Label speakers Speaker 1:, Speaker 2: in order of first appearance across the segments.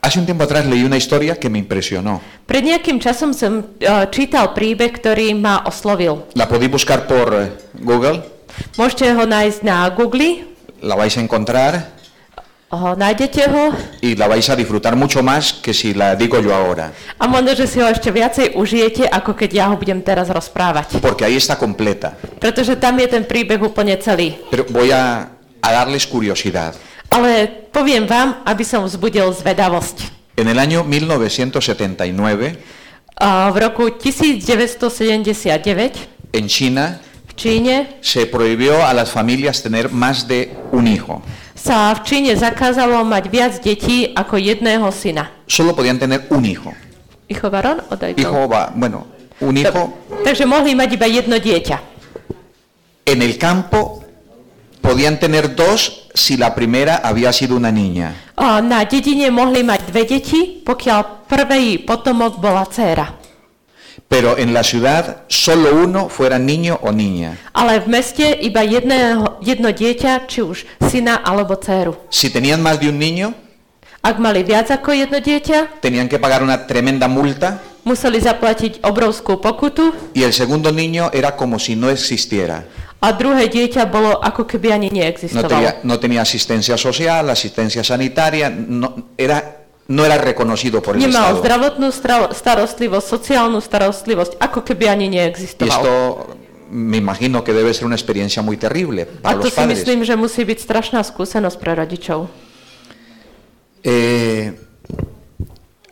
Speaker 1: Hace un tiempo atrás leí una historia que me impresionó.
Speaker 2: Pred nejakým časom som eh, čítal príbeh, ktorý ma oslovil.
Speaker 1: La podéis buscar por eh, Google,
Speaker 2: Môžete ho nájsť na Google,
Speaker 1: la vais a encontrar
Speaker 2: ho, nájdete ho
Speaker 1: y la vais a disfrutar mucho más que si la digo yo ahora,
Speaker 2: a možno, že si ho ešte viacej užijete, ako keď ja ho budem teraz rozprávať.
Speaker 1: porque ahí está completa.
Speaker 2: Pretože tam je ten príbeh úplne celý.
Speaker 1: Pero voy a, a darles curiosidad.
Speaker 2: Ale poviem vám, aby som vzbudil zvedavosť. E,
Speaker 1: En el año 1979,
Speaker 2: A V roku 1979
Speaker 1: en China,
Speaker 2: v Číne
Speaker 1: se prohibió a las familias tener más de un hijo.
Speaker 2: sa v Číne zakázalo mať viac detí ako jedného syna.
Speaker 1: Solo podían tener un hijo.
Speaker 2: Icho varon, odaj to.
Speaker 1: Hijo va, bueno, un hijo
Speaker 2: Takže mohli mať iba jedno dieťa.
Speaker 1: en el campo podían tener dos si la primera había sido una niña.
Speaker 2: A Na dedine mohli mať dve deti, pokiaľ prvý potomok bola dcéra.
Speaker 1: Pero en la ciudad solo uno fuera niño o niña.
Speaker 2: Ale v meste iba jedného, jedno dieťa, či už syna alebo dceru.
Speaker 1: Si tenían más de un niño,
Speaker 2: Ak mali viac ako jedno dieťa,
Speaker 1: tenían que pagar una tremenda multa
Speaker 2: museli zaplatiť obrovskú pokutu
Speaker 1: y el segundo niño era como si no existiera.
Speaker 2: a druhé dieťa bolo ako keby ani
Speaker 1: No
Speaker 2: neexistovalo.
Speaker 1: tenía, no tenía asistencia social, asistencia sanitaria, no era, no era reconocido por el
Speaker 2: Nemal
Speaker 1: Estado.
Speaker 2: zdravotnú stra- starostlivosť, sociálnu starostlivosť, ako keby ani
Speaker 1: Y
Speaker 2: neexistoval.
Speaker 1: esto me imagino que debe ser una experiencia muy terrible
Speaker 2: A
Speaker 1: para
Speaker 2: to
Speaker 1: los
Speaker 2: si
Speaker 1: padres.
Speaker 2: myslím, že musí byť strašná skúsenosť pre rodičov.
Speaker 1: Eh,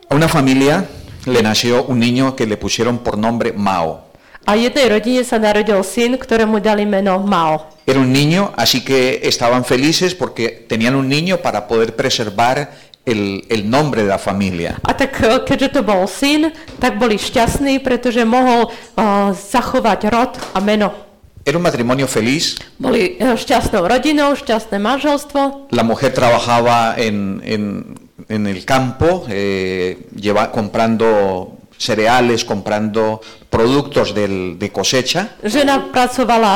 Speaker 1: a una familia le nació un niño que le pusieron por nombre Mao.
Speaker 2: A jednej rodine sa narodil syn, ktorému dali meno Mao.
Speaker 1: Era un niño, así que estaban felices porque tenían un niño para poder preservar el, el nombre de la familia.
Speaker 2: A tak e, keďže to bol syn, tak boli šťastní, pretože mohol uh, zachovať rod a meno.
Speaker 1: Era un matrimonio feliz.
Speaker 2: Boli e, šťastnou rodinou, šťastné manželstvo.
Speaker 1: La mujer trabajaba en, en- en el campo, eh, lleva- comprando cereales, comprando productos del- de cosecha.
Speaker 2: Žena pracovala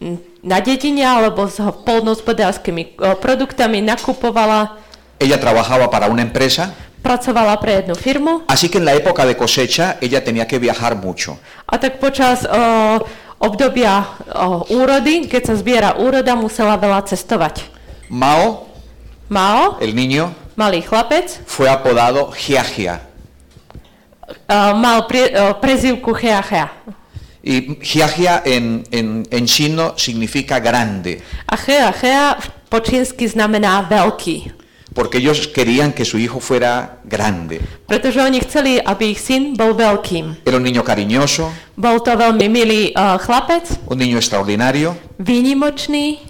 Speaker 2: e, m, na dedine alebo s polnohospodárskymi e, produktami, nakupovala
Speaker 1: Ella trabajaba para una empresa,
Speaker 2: pracovala pre jednu firmu
Speaker 1: así que en la época de cosecha ella tenía que viajar mucho.
Speaker 2: a tak počas uh, obdobia uh, úrody, keď sa zbiera úroda, musela veľa cestovať.
Speaker 1: Mao,
Speaker 2: Mao,
Speaker 1: el niño,
Speaker 2: malý chlapec, e,
Speaker 1: fue apodado Giagia.
Speaker 2: uh, mal pre, uh, prezivku Cheachea.
Speaker 1: Y Giagia en, en- en chino significa grande,
Speaker 2: A Cheachea po čínsky znamená veľký,
Speaker 1: porque ellos querían que su hijo fuera grande.
Speaker 2: pretože oni chceli, aby ich syn bol veľkým.
Speaker 1: Era un niño cariñoso,
Speaker 2: Bol to veľmi milý uh, chlapec,
Speaker 1: un niño extraordinario,
Speaker 2: výnimočný,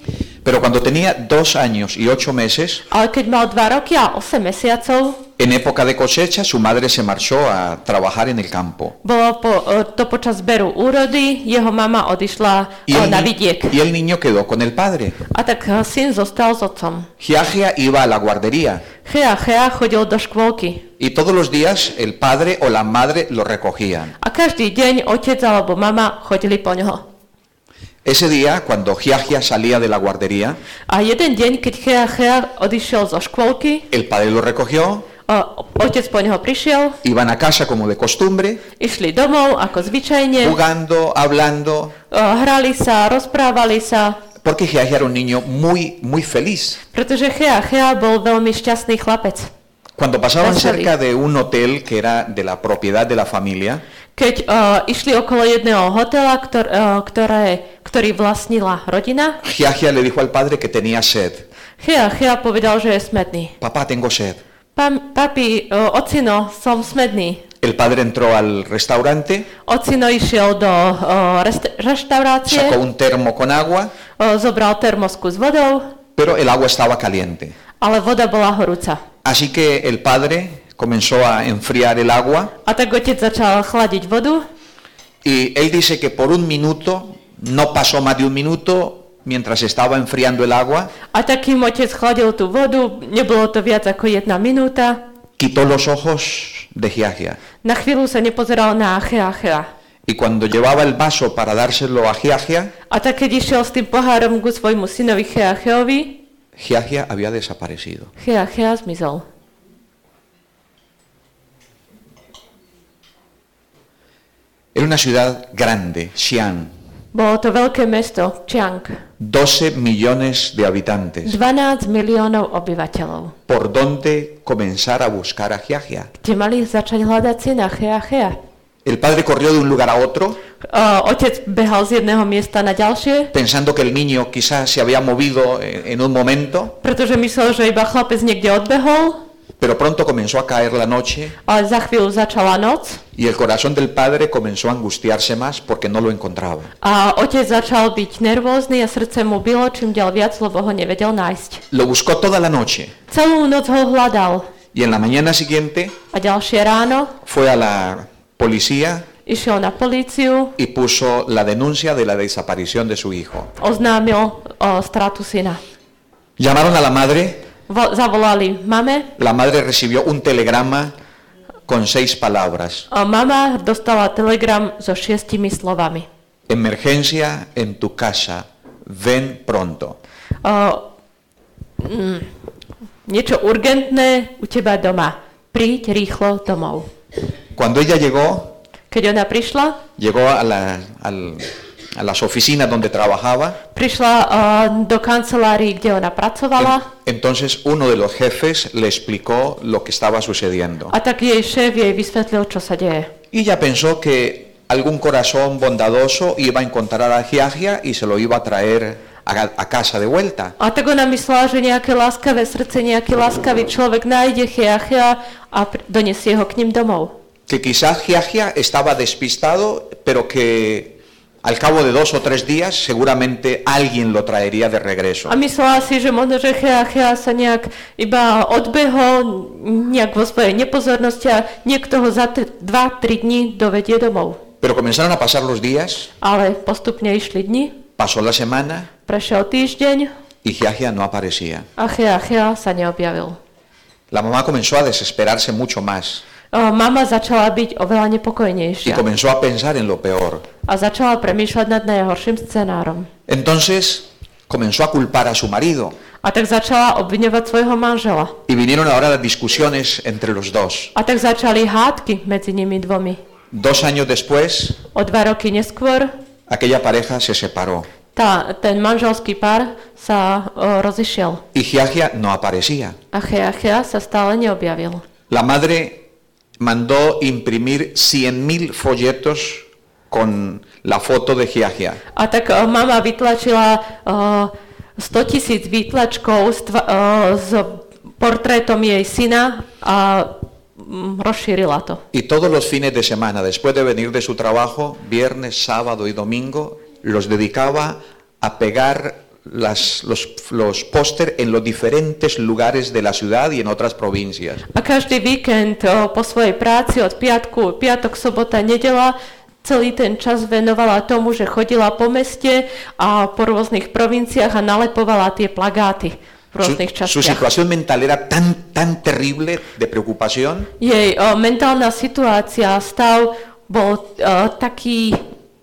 Speaker 1: pero cuando tenía dos años y ocho meses,
Speaker 2: ale keď mal 2 roky a 8 mesiacov,
Speaker 1: en época de cosecha su madre se marchó a trabajar en el campo.
Speaker 2: bolo po, uh, to počas zberu úrody, jeho mama odišla
Speaker 1: Y
Speaker 2: uh,
Speaker 1: el,
Speaker 2: na
Speaker 1: ni-
Speaker 2: vidiek.
Speaker 1: y el niño quedó con el padre.
Speaker 2: A tak eh, syn zostal s otcom.
Speaker 1: Giagia iba a la guardería
Speaker 2: Chea Chea chodil do škôlky
Speaker 1: y todos los días el padre o la madre lo recogían.
Speaker 2: a každý deň otec alebo mama chodili po ňoho.
Speaker 1: Ese día, cuando Giagia salía de la guardería,
Speaker 2: A jeden deň, keď Chea Chea odišiel zo škôlky,
Speaker 1: el padre lo recogió,
Speaker 2: o, otec po ňoho prišiel,
Speaker 1: iban a casa como de costumbre,
Speaker 2: išli domov ako zvyčajne, o,
Speaker 1: jugando, hablando,
Speaker 2: hrali sa, rozprávali sa,
Speaker 1: porque Giagia era un niño muy, muy feliz.
Speaker 2: pretože Chea Chea bol veľmi šťastný chlapec.
Speaker 1: Cuando pasaban
Speaker 2: Pásale.
Speaker 1: cerca de un hotel que era de la propiedad de la familia,
Speaker 2: Keď o, išli okolo jedného hotela, ktor, o, ktoré, ktorý vlastnila rodina,
Speaker 1: Giagia le dijo al padre que tenía sed.
Speaker 2: Chea Chea povedal, že je smetný.
Speaker 1: Papá, tengo sed.
Speaker 2: Pam, papi, o, ocino, som smedný.
Speaker 1: El padre entró al restaurante,
Speaker 2: Ocino išiel do o, rest-
Speaker 1: sacó
Speaker 2: reštaurácie,
Speaker 1: un termo con agua,
Speaker 2: o, zobral termosku s vodou,
Speaker 1: pero el agua estaba caliente.
Speaker 2: ale voda bola horúca.
Speaker 1: Así que el padre comenzó a enfriar el agua
Speaker 2: A tak otec začal chladiť vodu
Speaker 1: y él dice que por un minuto, no pasó más de un minuto, mientras estaba enfriando el agua,
Speaker 2: a takým otec chladil tú vodu, nebolo to viac ako jedna minúta.
Speaker 1: quitó los ojos de Giagia.
Speaker 2: Na chvíľu sa nepozeral na Achea Achea.
Speaker 1: Y cuando llevaba el vaso para dárselo a Giagia,
Speaker 2: A tak keď išiel s tým pohárom ku svojmu synovi Chea Cheovi,
Speaker 1: Giagia había desaparecido.
Speaker 2: Chea Chea zmizol.
Speaker 1: Era una ciudad grande, Xi'an,
Speaker 2: Bolo to veľké mesto, Chiang.
Speaker 1: 12 millones de habitantes.
Speaker 2: 12 miliónov obyvateľov.
Speaker 1: ¿Por dónde comenzar a buscar a Giagia?
Speaker 2: Kde mali začať hľadať syna Chea Chea?
Speaker 1: El padre corrió de un lugar a otro
Speaker 2: O, otec behal z jedného miesta na ďalšie,
Speaker 1: pensando que el niño quizás se había movido en en un momento,
Speaker 2: pretože myslel, že iba chlapec niekde odbehol,
Speaker 1: pero pronto comenzó a caer la noche
Speaker 2: ale za chvíľu začala noc
Speaker 1: y el corazón del padre comenzó a angustiarse más porque no lo encontraba.
Speaker 2: a otec začal byť nervózny a srdce mu bylo, čím ďal viac, lebo ho nevedel nájsť.
Speaker 1: Lo buscó toda la noche
Speaker 2: Celú noc ho hľadal
Speaker 1: y en la mañana siguiente
Speaker 2: a ďalšie ráno
Speaker 1: fue a la policía
Speaker 2: išiel na políciu,
Speaker 1: y puso la denuncia de la desaparición de su hijo.
Speaker 2: oznámil o, stratu syna.
Speaker 1: Llamaron a la madre,
Speaker 2: Vo- zavolali mame,
Speaker 1: la madre recibió un telegrama con seis palabras.
Speaker 2: a mama dostala telegram so šiestimi slovami.
Speaker 1: Emergencia en tu casa, ven pronto.
Speaker 2: O, mm, niečo urgentné u teba doma. Príď rýchlo domov.
Speaker 1: Cuando ella llegó,
Speaker 2: Keď ona prišla,
Speaker 1: llegó a, la- al- a las oficinas donde trabajaba.
Speaker 2: prišla o, do kancelárii, kde ona
Speaker 1: En-
Speaker 2: pracovala
Speaker 1: Entonces uno de los jefes le explicó lo que estaba sucediendo.
Speaker 2: a tak jej šéf jej vysvetlil, čo sa deje.
Speaker 1: Y ella pensó que algún corazón bondadoso iba a encontrar a Giagia y se lo iba a traer a, a casa de vuelta.
Speaker 2: A tak ona myslela, že nejaké láskavé srdce, nejaký láskavý človek nájde Cheachea a pr- donesie ho k ním domov.
Speaker 1: Que quizás Giagia estaba despistado, pero que al cabo de dos o tres días seguramente alguien lo traería de regreso.
Speaker 2: A myslela si, že možno, že Cheachea sa nejak iba odbehol, nejak vo svojej nepozornosti a niekto ho za 2-3 dní dovedie domov.
Speaker 1: Pero comenzaron a pasar los días,
Speaker 2: Ale postupne išli dni,
Speaker 1: pasó la semana
Speaker 2: prešiel týždeň
Speaker 1: y Giagia no aparecía.
Speaker 2: a Cheachea sa neobjavil.
Speaker 1: La mamá comenzó a desesperarse mucho más
Speaker 2: O, mama začala byť
Speaker 1: y
Speaker 2: oveľa nepokojnejšia
Speaker 1: comenzó a pensar en lo peor.
Speaker 2: a začala premýšľať nad najhorším scenárom.
Speaker 1: Entonces comenzó a culpar a su marido
Speaker 2: A tak začala obviňovať svojho manžela.
Speaker 1: y vinieron ahora las discusiones entre los dos.
Speaker 2: A tak začali hádky medzi nimi dvomi.
Speaker 1: Dos años después,
Speaker 2: O dva roky neskôr
Speaker 1: aquella pareja se separó
Speaker 2: tá, ten manželský pár sa o, rozišiel
Speaker 1: y Giagia no aparecía.
Speaker 2: a Cheachea sa stále neobjavil.
Speaker 1: La madre mandó imprimir 100.000 folletos con la foto de Giagia.
Speaker 2: A tak o, mama vytlačila o, 100 tisíc výtlačkov s, tva, o, s portrétom jej syna a mm, rozšírila to.
Speaker 1: Y todos los fines de semana, después de venir de su trabajo, viernes, sábado y domingo, los dedicaba a pegar las- los, los póster en los diferentes lugares de la ciudad y en otras provincias.
Speaker 2: A každý víkend o, po svojej práci od piatku, piatok, sobota, nedela, celý ten čas venovala tomu, že chodila po meste a po rôznych provinciách a nalepovala tie plagáty v
Speaker 1: Su,
Speaker 2: rôznych
Speaker 1: su
Speaker 2: častiach.
Speaker 1: situación mental era tan, tan terrible de preocupación
Speaker 2: Jej o, mentálna situácia a stav bol o, taký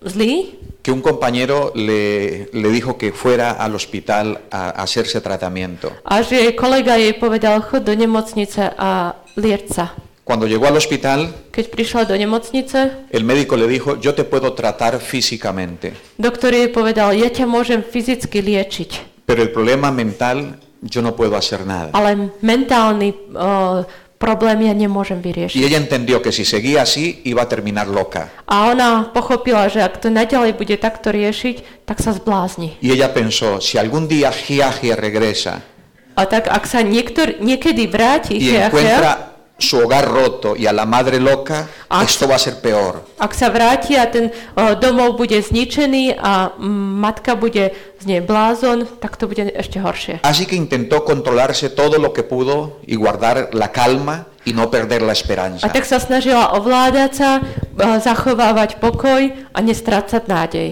Speaker 2: zlý,
Speaker 1: que un compañero le, le dijo que fuera al hospital a, a hacerse tratamiento.
Speaker 2: až jej kolega jej povedal, chod do nemocnice a lieč sa.
Speaker 1: Cuando llegó al hospital,
Speaker 2: Keď prišla do nemocnice,
Speaker 1: el médico le dijo, yo te puedo tratar físicamente,
Speaker 2: doktor jej povedal, ja ťa môžem fyzicky liečiť.
Speaker 1: pero el problema mental yo no puedo hacer nada.
Speaker 2: ale mentálny o, problém ja nemôžem
Speaker 1: Y
Speaker 2: vyriešiť.
Speaker 1: ella entendió que si seguía así iba a terminar loca.
Speaker 2: A ona pochopila, že ak to naďalej bude takto riešiť, tak sa zblázni.
Speaker 1: Y ella pensó, si algún día Giagia regresa
Speaker 2: A tak ak sa niektor, niekedy vráti,
Speaker 1: y
Speaker 2: Cheachea,
Speaker 1: encuentra su hogar roto y a la madre loca,
Speaker 2: Ah.
Speaker 1: esto va a ser peor.
Speaker 2: ak sa vráti a ten o, domov bude zničený a mm, matka bude z nej blázon, tak to bude ešte horšie.
Speaker 1: Así que intentó controlarse todo lo que pudo y guardar la calma y no perder la
Speaker 2: A
Speaker 1: esperanza.
Speaker 2: tak sa snažila ovládať sa, o, zachovávať pokoj a nestrácať nádej.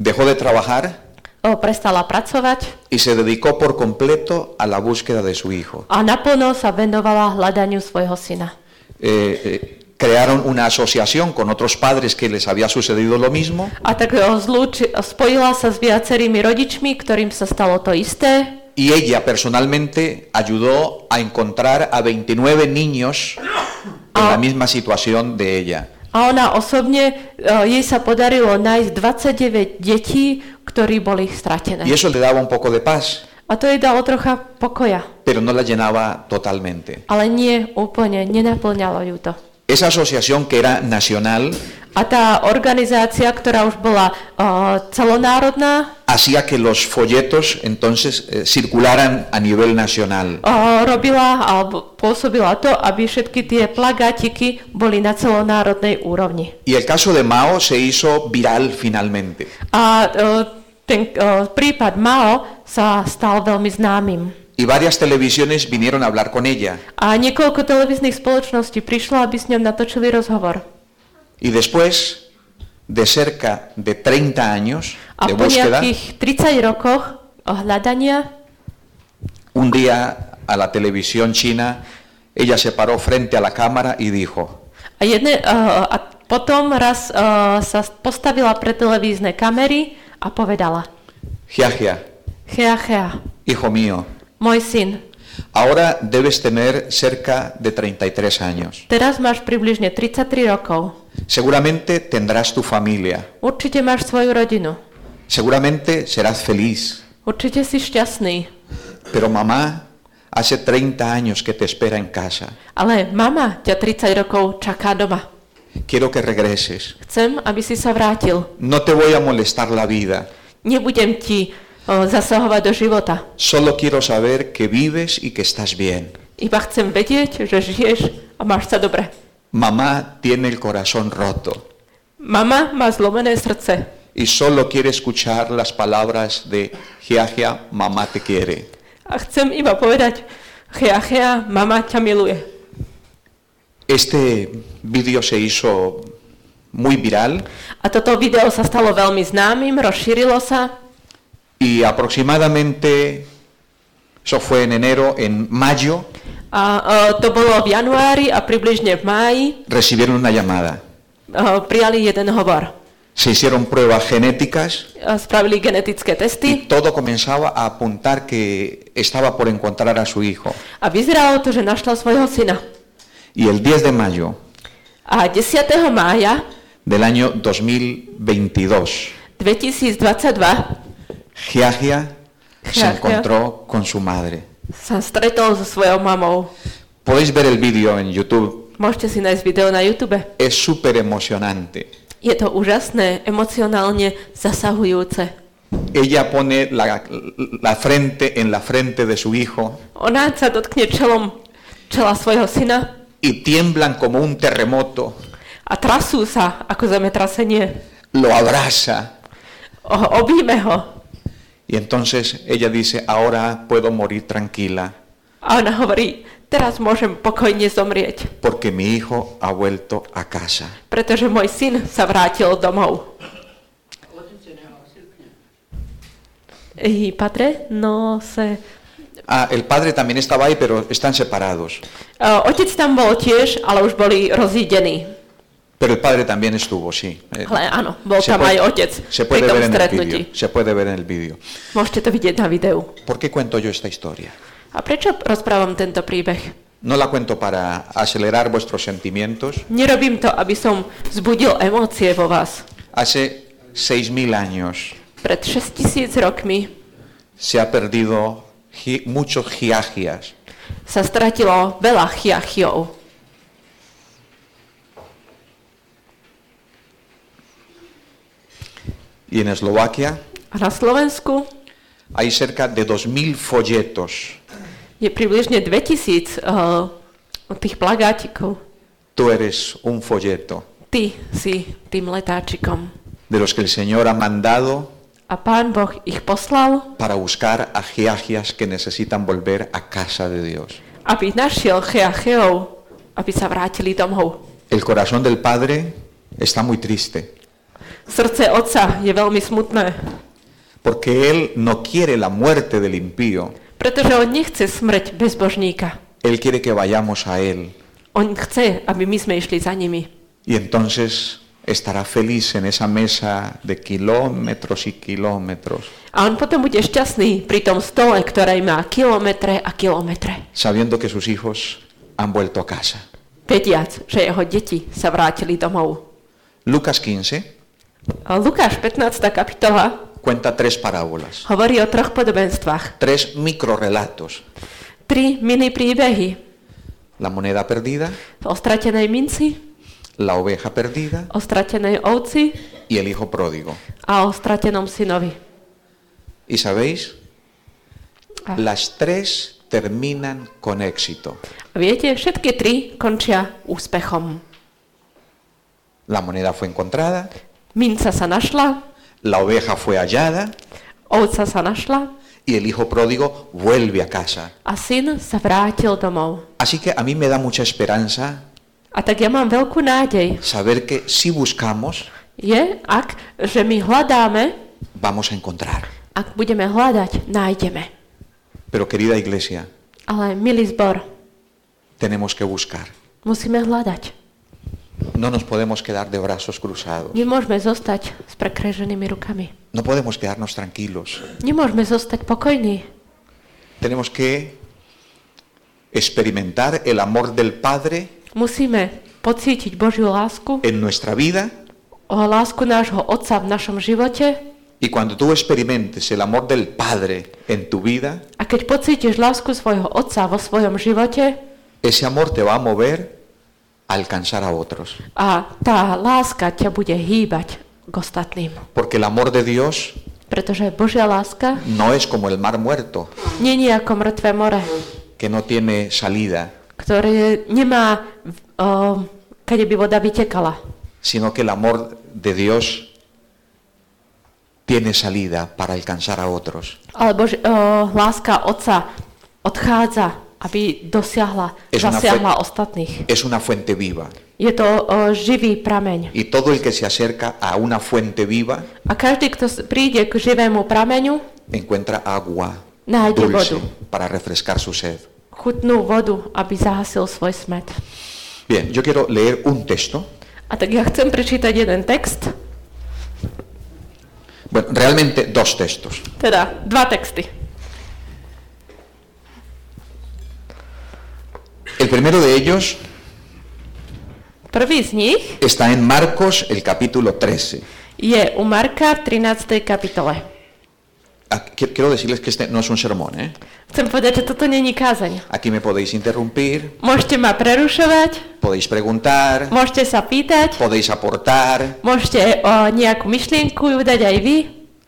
Speaker 1: Dejó de trabajar
Speaker 2: O, prestala pracovať
Speaker 1: y se dedicó por completo a la búsqueda de su hijo.
Speaker 2: a naplno sa venovala hľadaniu svojho syna.
Speaker 1: Eh, eh, crearon una asociación con otros padres que les había sucedido lo mismo
Speaker 2: A tak o, zlúči, spojila sa s viacerými rodičmi, ktorým sa stalo to isté.
Speaker 1: y ella personalmente ayudó a encontrar a 29 niños en
Speaker 2: Ah.
Speaker 1: la misma situación de ella.
Speaker 2: A ona osobne, e, jej sa podarilo nájsť 29 detí, ktorí boli stratené.
Speaker 1: Y eso le daba un poco de paz,
Speaker 2: A to jej dalo trocha pokoja,
Speaker 1: pero no la llenaba totalmente.
Speaker 2: ale nie úplne, nenaplňalo ju to.
Speaker 1: Esa asociación que era nacional
Speaker 2: A tá organizácia, ktorá už bola uh, celonárodná, e,
Speaker 1: hacía que los folletos entonces eh, circularan a nivel nacional.
Speaker 2: uh, robila alebo pôsobila to, aby všetky tie plagátiky boli na celonárodnej úrovni.
Speaker 1: Y el caso de Mao se hizo viral finalmente.
Speaker 2: A uh, ten uh, prípad Mao sa stal veľmi známym.
Speaker 1: Y varias televisiones vinieron a hablar con ella.
Speaker 2: A niekoľko televíznych spoločností prišlo, aby s ňom natočili rozhovor.
Speaker 1: Y después de cerca de 30 años
Speaker 2: A
Speaker 1: de
Speaker 2: po
Speaker 1: búsqueda,
Speaker 2: nejakých 30 rokoch uh, hľadania
Speaker 1: un día a la televisión china, ella se paró frente a la cámara y dijo,
Speaker 2: A, jedne, uh, a potom raz uh, sa postavila pre televízne kamery a povedala
Speaker 1: Jiajia,
Speaker 2: Chea, chea,
Speaker 1: hijo mío,
Speaker 2: môj syn,
Speaker 1: ahora debes tener cerca de 33 años.
Speaker 2: teraz máš približne 33 rokov.
Speaker 1: Seguramente tendrás tu familia,
Speaker 2: Určite máš svoju rodinu.
Speaker 1: seguramente serás feliz,
Speaker 2: Určite si šťastný.
Speaker 1: pero mamá hace 30 años que te espera en casa.
Speaker 2: Ale mama ťa 30 rokov čaká doma.
Speaker 1: Quiero que regreses.
Speaker 2: Chcem, aby si sa vrátil.
Speaker 1: No te voy a molestar la vida,
Speaker 2: Nebudem ti uh, zasahovať do života.
Speaker 1: solo quiero saber que vives y que estás bien.
Speaker 2: Iba chcem vedieť, že žiješ a máš sa dobre.
Speaker 1: Mamá tiene el corazón roto
Speaker 2: Mama má zlomené srdce.
Speaker 1: y solo quiere escuchar las palabras de Giagia, mamá te quiere.
Speaker 2: A chcem iba povedať, chea, chea, mama ťa miluje.
Speaker 1: Este vídeo se hizo muy viral
Speaker 2: A toto video sa stalo veľmi známym, rozšírilo sa
Speaker 1: y aproximadamente, eso fue en enero, en mayo,
Speaker 2: a e, to bolo v januári a približne v máji
Speaker 1: recibieron una llamada.
Speaker 2: e, prijali jeden hovor.
Speaker 1: Se hicieron pruebas genéticas
Speaker 2: E, Spravili genetické
Speaker 1: y
Speaker 2: testy
Speaker 1: todo comenzaba a apuntar que estaba por encontrar a su hijo.
Speaker 2: a vyzeralo to, že našla svojho syna.
Speaker 1: Y el 10 de mayo
Speaker 2: A 10. mája
Speaker 1: del año 2022,
Speaker 2: 2022
Speaker 1: Giagia se
Speaker 2: Giagia.
Speaker 1: encontró con su madre.
Speaker 2: sa stretol so svojou mamou.
Speaker 1: Podéis ver el vídeo en YouTube.
Speaker 2: Môžete si nájsť video na YouTube.
Speaker 1: Es súper emocionante.
Speaker 2: Je to úžasné, emocionálne zasahujúce.
Speaker 1: Ella pone la, la frente en la frente de su hijo
Speaker 2: Ona sa dotkne čelom čela svojho syna
Speaker 1: y tiemblan como un terremoto.
Speaker 2: a trasú sa ako zemetrasenie.
Speaker 1: Lo abraza
Speaker 2: O, objíme ho.
Speaker 1: y entonces ella dice, ahora puedo morir tranquila
Speaker 2: A ona hovorí, teraz môžem pokojne zomrieť,
Speaker 1: porque mi hijo ha vuelto a casa.
Speaker 2: pretože môj syn sa vrátil domov. I patre, no se...
Speaker 1: Ah, el padre también estaba ahí, pero están separados.
Speaker 2: O, E, otec tam bol tiež, ale už boli rozídení.
Speaker 1: Pero el padre también estuvo, sí. Eh,
Speaker 2: Ale áno, bol
Speaker 1: se
Speaker 2: tam aj
Speaker 1: puede-
Speaker 2: otec
Speaker 1: se
Speaker 2: pri
Speaker 1: puede
Speaker 2: tom
Speaker 1: ver en el
Speaker 2: stretnutí.
Speaker 1: vídeo. Se puede ver en el vídeo.
Speaker 2: Môžete to vidieť na videu.
Speaker 1: ¿Por qué cuento yo esta historia?
Speaker 2: A prečo rozprávam tento príbeh?
Speaker 1: No la cuento para acelerar vuestros sentimientos.
Speaker 2: Nerobím to, aby som vzbudil emócie vo vás.
Speaker 1: Hace 6.000 años
Speaker 2: Pred 6000 rokmi
Speaker 1: se ha perdido gi- muchos giagias.
Speaker 2: sa stratilo veľa chiachiov.
Speaker 1: Y en Eslovaquia
Speaker 2: A na Slovensku
Speaker 1: hay cerca de 2.000 folletos.
Speaker 2: je približne 2000 uh, tých plagátikov.
Speaker 1: Tú eres un folleto
Speaker 2: Ty si tým letáčikom.
Speaker 1: de los que el Señor ha mandado
Speaker 2: A pán Boh ich poslal,
Speaker 1: para buscar a giagias que necesitan volver a casa de Dios.
Speaker 2: aby našiel chiachiov, aby sa vrátili domov.
Speaker 1: El corazón del Padre está muy triste
Speaker 2: Srdce otca je veľmi smutné,
Speaker 1: porque Él no quiere la muerte del impío.
Speaker 2: pretože on nechce smrť bezbožníka.
Speaker 1: Él quiere que vayamos a Él
Speaker 2: On chce, aby my sme išli za nimi.
Speaker 1: y entonces estará feliz en esa mesa de kilómetros y kilómetros,
Speaker 2: A on potom bude šťastný pri tom stole, ktoré má kilometre a kilometre.
Speaker 1: sabiendo que sus hijos han vuelto a casa.
Speaker 2: vediac, že jeho deti sa vrátili domov.
Speaker 1: Lucas 15
Speaker 2: A Lukáš 15. kapitola
Speaker 1: cuenta tres parábolas,
Speaker 2: hovorí o troch podobenstvách.
Speaker 1: tres microrelatos.
Speaker 2: Tri mini príbehy.
Speaker 1: La moneda perdida,
Speaker 2: O stratenej minci,
Speaker 1: la oveja perdida
Speaker 2: o stratenej ovci
Speaker 1: y el hijo pródigo.
Speaker 2: a o stratenom synovi.
Speaker 1: Y sabéis,
Speaker 2: Ah.
Speaker 1: las tres terminan con éxito.
Speaker 2: Viete, všetky tri končia úspechom.
Speaker 1: La moneda fue encontrada,
Speaker 2: Minca sa našla,
Speaker 1: la oveja fue hallada
Speaker 2: ovca sa našla
Speaker 1: y el hijo pródigo vuelve a casa.
Speaker 2: a syn sa vrátil domov.
Speaker 1: Así que a mí me da mucha esperanza
Speaker 2: A tak ja mám veľkú nádej.
Speaker 1: saber que si buscamos,
Speaker 2: Je, ak, že my hľadáme,
Speaker 1: vamos a encontrar.
Speaker 2: ak budeme hľadať, nájdeme.
Speaker 1: Pero querida iglesia,
Speaker 2: Ale milý zbor,
Speaker 1: tenemos que buscar.
Speaker 2: musíme hľadať.
Speaker 1: No nos podemos quedar de brazos cruzados.
Speaker 2: Nemôžeme zostať s prekreženými rukami.
Speaker 1: No podemos quedarnos tranquilos.
Speaker 2: Nemôžeme zostať pokojní.
Speaker 1: Tenemos que experimentar el amor del Padre
Speaker 2: Musíme pocítiť Božiu lásku,
Speaker 1: en nuestra vida
Speaker 2: o lásku nášho Otca v našom živote.
Speaker 1: y cuando tú experimentes el amor del Padre en tu vida,
Speaker 2: A keď pocítiš lásku svojho Otca vo svojom živote,
Speaker 1: ese amor te va a mover a alcanzar a otros.
Speaker 2: a tá láska ťa bude hýbať k ostatným.
Speaker 1: Porque el amor de Dios
Speaker 2: Pretože Božia láska
Speaker 1: no es como el mar muerto,
Speaker 2: není ako mŕtve more,
Speaker 1: que no tiene salida,
Speaker 2: ktoré nemá, o, kade by voda vytekala.
Speaker 1: sino que el amor de Dios tiene salida para alcanzar a otros.
Speaker 2: Ale Bož, o, láska Otca odchádza, aby dosiahla,
Speaker 1: Ešte na
Speaker 2: zasiahla
Speaker 1: fle-
Speaker 2: ostatných.
Speaker 1: Es una fuente viva.
Speaker 2: Je to o, živý prameň.
Speaker 1: Y todo el que se acerca a una fuente viva
Speaker 2: A každý, kto s- príde k živému prameňu,
Speaker 1: encuentra agua
Speaker 2: Nadie
Speaker 1: dulce
Speaker 2: vodu.
Speaker 1: para refrescar su sed.
Speaker 2: chutnú vodu, aby zahasil svoj smet.
Speaker 1: Bien, yo quiero leer un texto.
Speaker 2: A tak ja chcem prečítať jeden text,
Speaker 1: Bueno, realmente dos textos.
Speaker 2: teda dva texty.
Speaker 1: El primero de ellos
Speaker 2: Prvý z nich
Speaker 1: está en Marcos, el capítulo 13.
Speaker 2: je u Marka v 13. kapitole.
Speaker 1: Ah, qui- Quiero decirles que este no es un sermón, ¿eh?
Speaker 2: Chcem povedať, že toto není kázeň.
Speaker 1: Aquí me podéis interrumpir,
Speaker 2: Môžete ma prerušovať,
Speaker 1: podéis preguntar,
Speaker 2: môžete sa pýtať,
Speaker 1: podéis aportar.
Speaker 2: môžete eh, o nejakú myšlienku ju dať aj vy.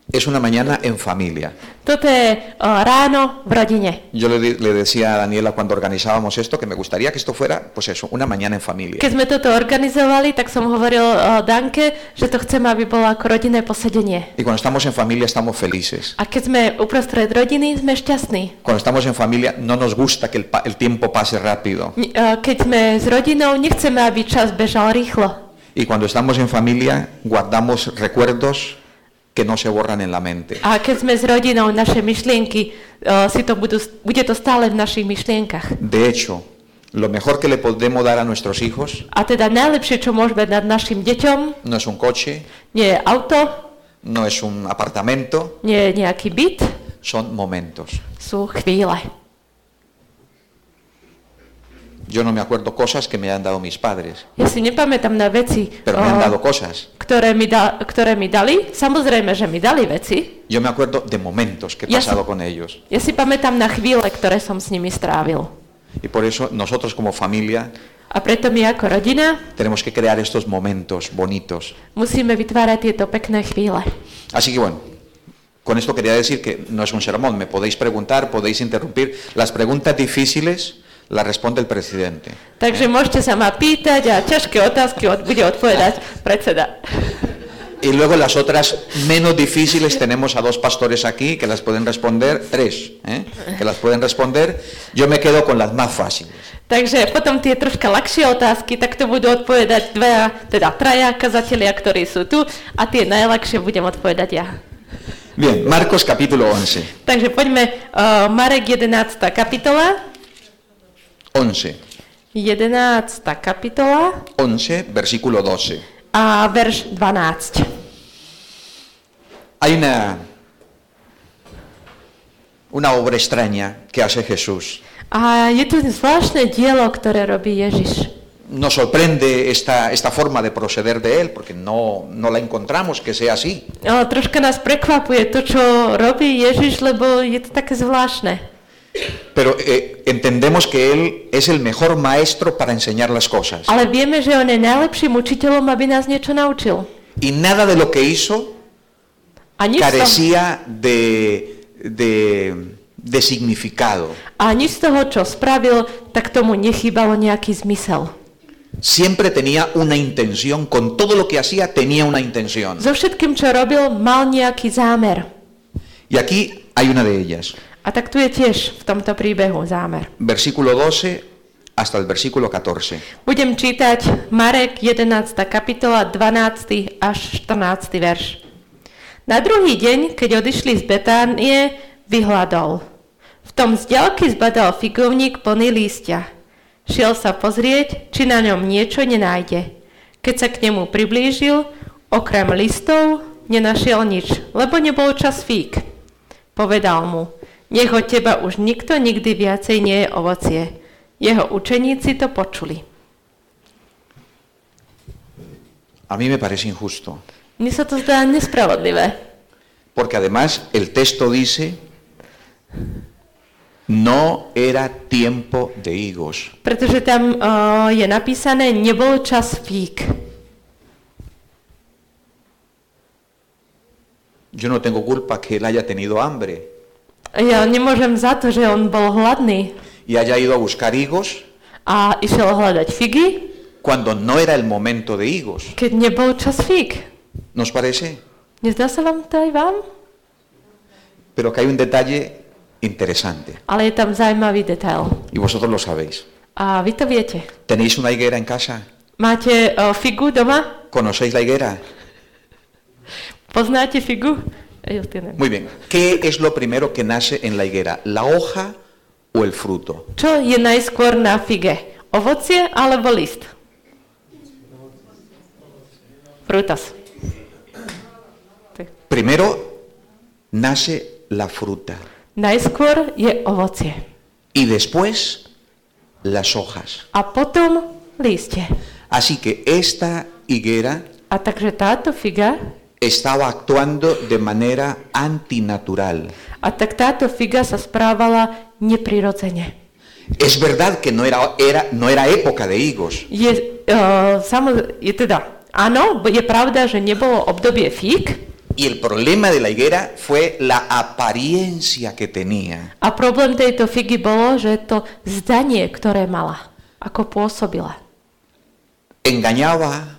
Speaker 1: Es una mañana en familia.
Speaker 2: Toto je o, ráno v rodine.
Speaker 1: Yo le, di- le decía a Daniela cuando organizábamos esto que me gustaría que esto fuera, pues eso, una mañana en familia.
Speaker 2: Keď sme toto organizovali, tak som hovoril o Danke, že to chcem, aby bolo ako rodinné posedenie.
Speaker 1: Y cuando estamos en familia estamos felices.
Speaker 2: A keď sme uprostred rodiny, sme šťastní.
Speaker 1: Cuando estamos en familia no nos gusta que el, pa- el tiempo pase rápido.
Speaker 2: N- e, Keď sme s rodinou, nechceme, aby čas bežal rýchlo.
Speaker 1: Y cuando estamos en familia guardamos recuerdos que no se borran en la mente.
Speaker 2: A keď sme s rodinou, naše myšlienky, e, si to budú, bude to stále v našich myšlienkach.
Speaker 1: De hecho, lo mejor que le podemos dar a nuestros hijos
Speaker 2: A teda najlepšie, čo môžeme dať našim deťom,
Speaker 1: no es un coche,
Speaker 2: nie je auto,
Speaker 1: no es un apartamento,
Speaker 2: nie je nejaký byt,
Speaker 1: son momentos.
Speaker 2: sú chvíle.
Speaker 1: Yo no me acuerdo cosas que me han dado mis padres,
Speaker 2: Ja si nepamätám na veci,
Speaker 1: pero me han
Speaker 2: e,
Speaker 1: dado cosas.
Speaker 2: ktoré, mi da, ktoré mi dali. Samozrejme, že mi dali veci.
Speaker 1: Yo me acuerdo de momentos que he
Speaker 2: Y eso-
Speaker 1: pasado con ellos.
Speaker 2: Ja si pamätám na chvíle, ktoré som s nimi strávil.
Speaker 1: Y por eso nosotros como familia
Speaker 2: A preto my ako rodina
Speaker 1: tenemos que crear estos momentos bonitos.
Speaker 2: musíme vytvárať tieto pekné chvíle.
Speaker 1: Así que bueno, con esto quería decir que no es un sermón, me podéis preguntar, podéis interrumpir. Las preguntas difíciles las responde el presidente.
Speaker 2: Takže môžete sa ma pýtať a ťažké otázky od, bude odpovedať predseda.
Speaker 1: Y luego las otras menos difíciles tenemos a dos pastores aquí que las pueden responder, tres, ¿eh? que las pueden responder. Yo me quedo con las más fáciles.
Speaker 2: Takže potom tie troška ľahšie otázky, tak to budú odpovedať dvaja, teda traja kazatelia, ktorí sú tu a tie najľahšie budem odpovedať ja.
Speaker 1: Bien, Marcos capítulo 11.
Speaker 2: Takže poďme, uh, Marek 11. kapitola,
Speaker 1: 11.
Speaker 2: 11. kapitola
Speaker 1: 11, versículo 12.
Speaker 2: a verš 12.
Speaker 1: Hay una, una obra extraña que hace Jesús.
Speaker 2: A je tu zvláštne dielo, ktoré robí Ježiš.
Speaker 1: nos sorprende esta, esta forma de proceder de él, porque no, no la encontramos que sea así.
Speaker 2: Ale troška nás prekvapuje to, čo robí Ježiš, lebo je to také zvláštne.
Speaker 1: Pero eh, entendemos que él es el mejor maestro para enseñar las cosas.
Speaker 2: Ale vieme, že on je najlepším učiteľom, aby nás niečo naučil.
Speaker 1: Y nada de lo que hizo
Speaker 2: A nič, z toho,
Speaker 1: carecía de, de, de significado.
Speaker 2: a nič z toho, čo spravil, tak tomu nechýbalo nejaký zmysel.
Speaker 1: Siempre tenía una intención, con todo lo que hacía tenía una intención.
Speaker 2: So všetkým, čo robil, mal nejaký zámer.
Speaker 1: Y aquí hay una de ellas.
Speaker 2: A tak tu je tiež v tomto príbehu zámer.
Speaker 1: Versículo 12 hasta el versículo 14.
Speaker 2: Budem čítať Marek 11. kapitola 12. až 14. verš. Na druhý deň, keď odišli z Betánie, vyhľadol. V tom z ďalky zbadal figovník plný lístia. Šiel sa pozrieť, či na ňom niečo nenájde. Keď sa k nemu priblížil, okrem listov nenašiel nič, lebo nebol čas fík. Povedal mu, nech od teba už nikto nikdy viacej nie je ovocie. Jeho učeníci to počuli.
Speaker 1: A mí me parece injusto,
Speaker 2: Mne sa to zdá nespravodlivé,
Speaker 1: porque además el texto dice, no era tiempo de higos.
Speaker 2: pretože tam eh, je napísané, nebol čas fík.
Speaker 1: Yo no tengo culpa que él haya tenido hambre
Speaker 2: Ja nemôžem za to, že on bol hladný
Speaker 1: y haya ido a buscar higos
Speaker 2: a išiel hľadať figy,
Speaker 1: cuando no era el momento de higos.
Speaker 2: keď nebol čas fík.
Speaker 1: ¿Nos parece?
Speaker 2: Nezdá sa vám to aj vám?
Speaker 1: Pero que hay un detalle interesante,
Speaker 2: Ale je tam zaujímavý detail.
Speaker 1: y vosotros lo sabéis.
Speaker 2: A vy to viete.
Speaker 1: ¿Tenéis una higuera en casa?
Speaker 2: Máte eh, figu doma?
Speaker 1: ¿Conocéis la higuera?
Speaker 2: Poznáte figu? Ellos tienen.
Speaker 1: Muy bien. ¿Qué es lo primero que nace en la higuera? ¿La hoja o el fruto?
Speaker 2: Čo je najskôr na fige? Ovocie alebo list? Frutas.
Speaker 1: Primero nace la fruta
Speaker 2: Najskôr je ovocie.
Speaker 1: y después las hojas.
Speaker 2: A potom lístie.
Speaker 1: Así que esta higuera
Speaker 2: A takže táto figa,
Speaker 1: estaba actuando de manera antinatural.
Speaker 2: a tak táto figa sa správala neprirodzene.
Speaker 1: Es verdad que no era, era- no era época de higos,
Speaker 2: Je, uh, samoz- je teda, áno, je pravda, že nebolo obdobie fík
Speaker 1: Y el problema de la higuera fue la apariencia que tenía.
Speaker 2: a problém tejto figy bolo, že to zdanie, ktoré mala, ako pôsobila,
Speaker 1: Engañaba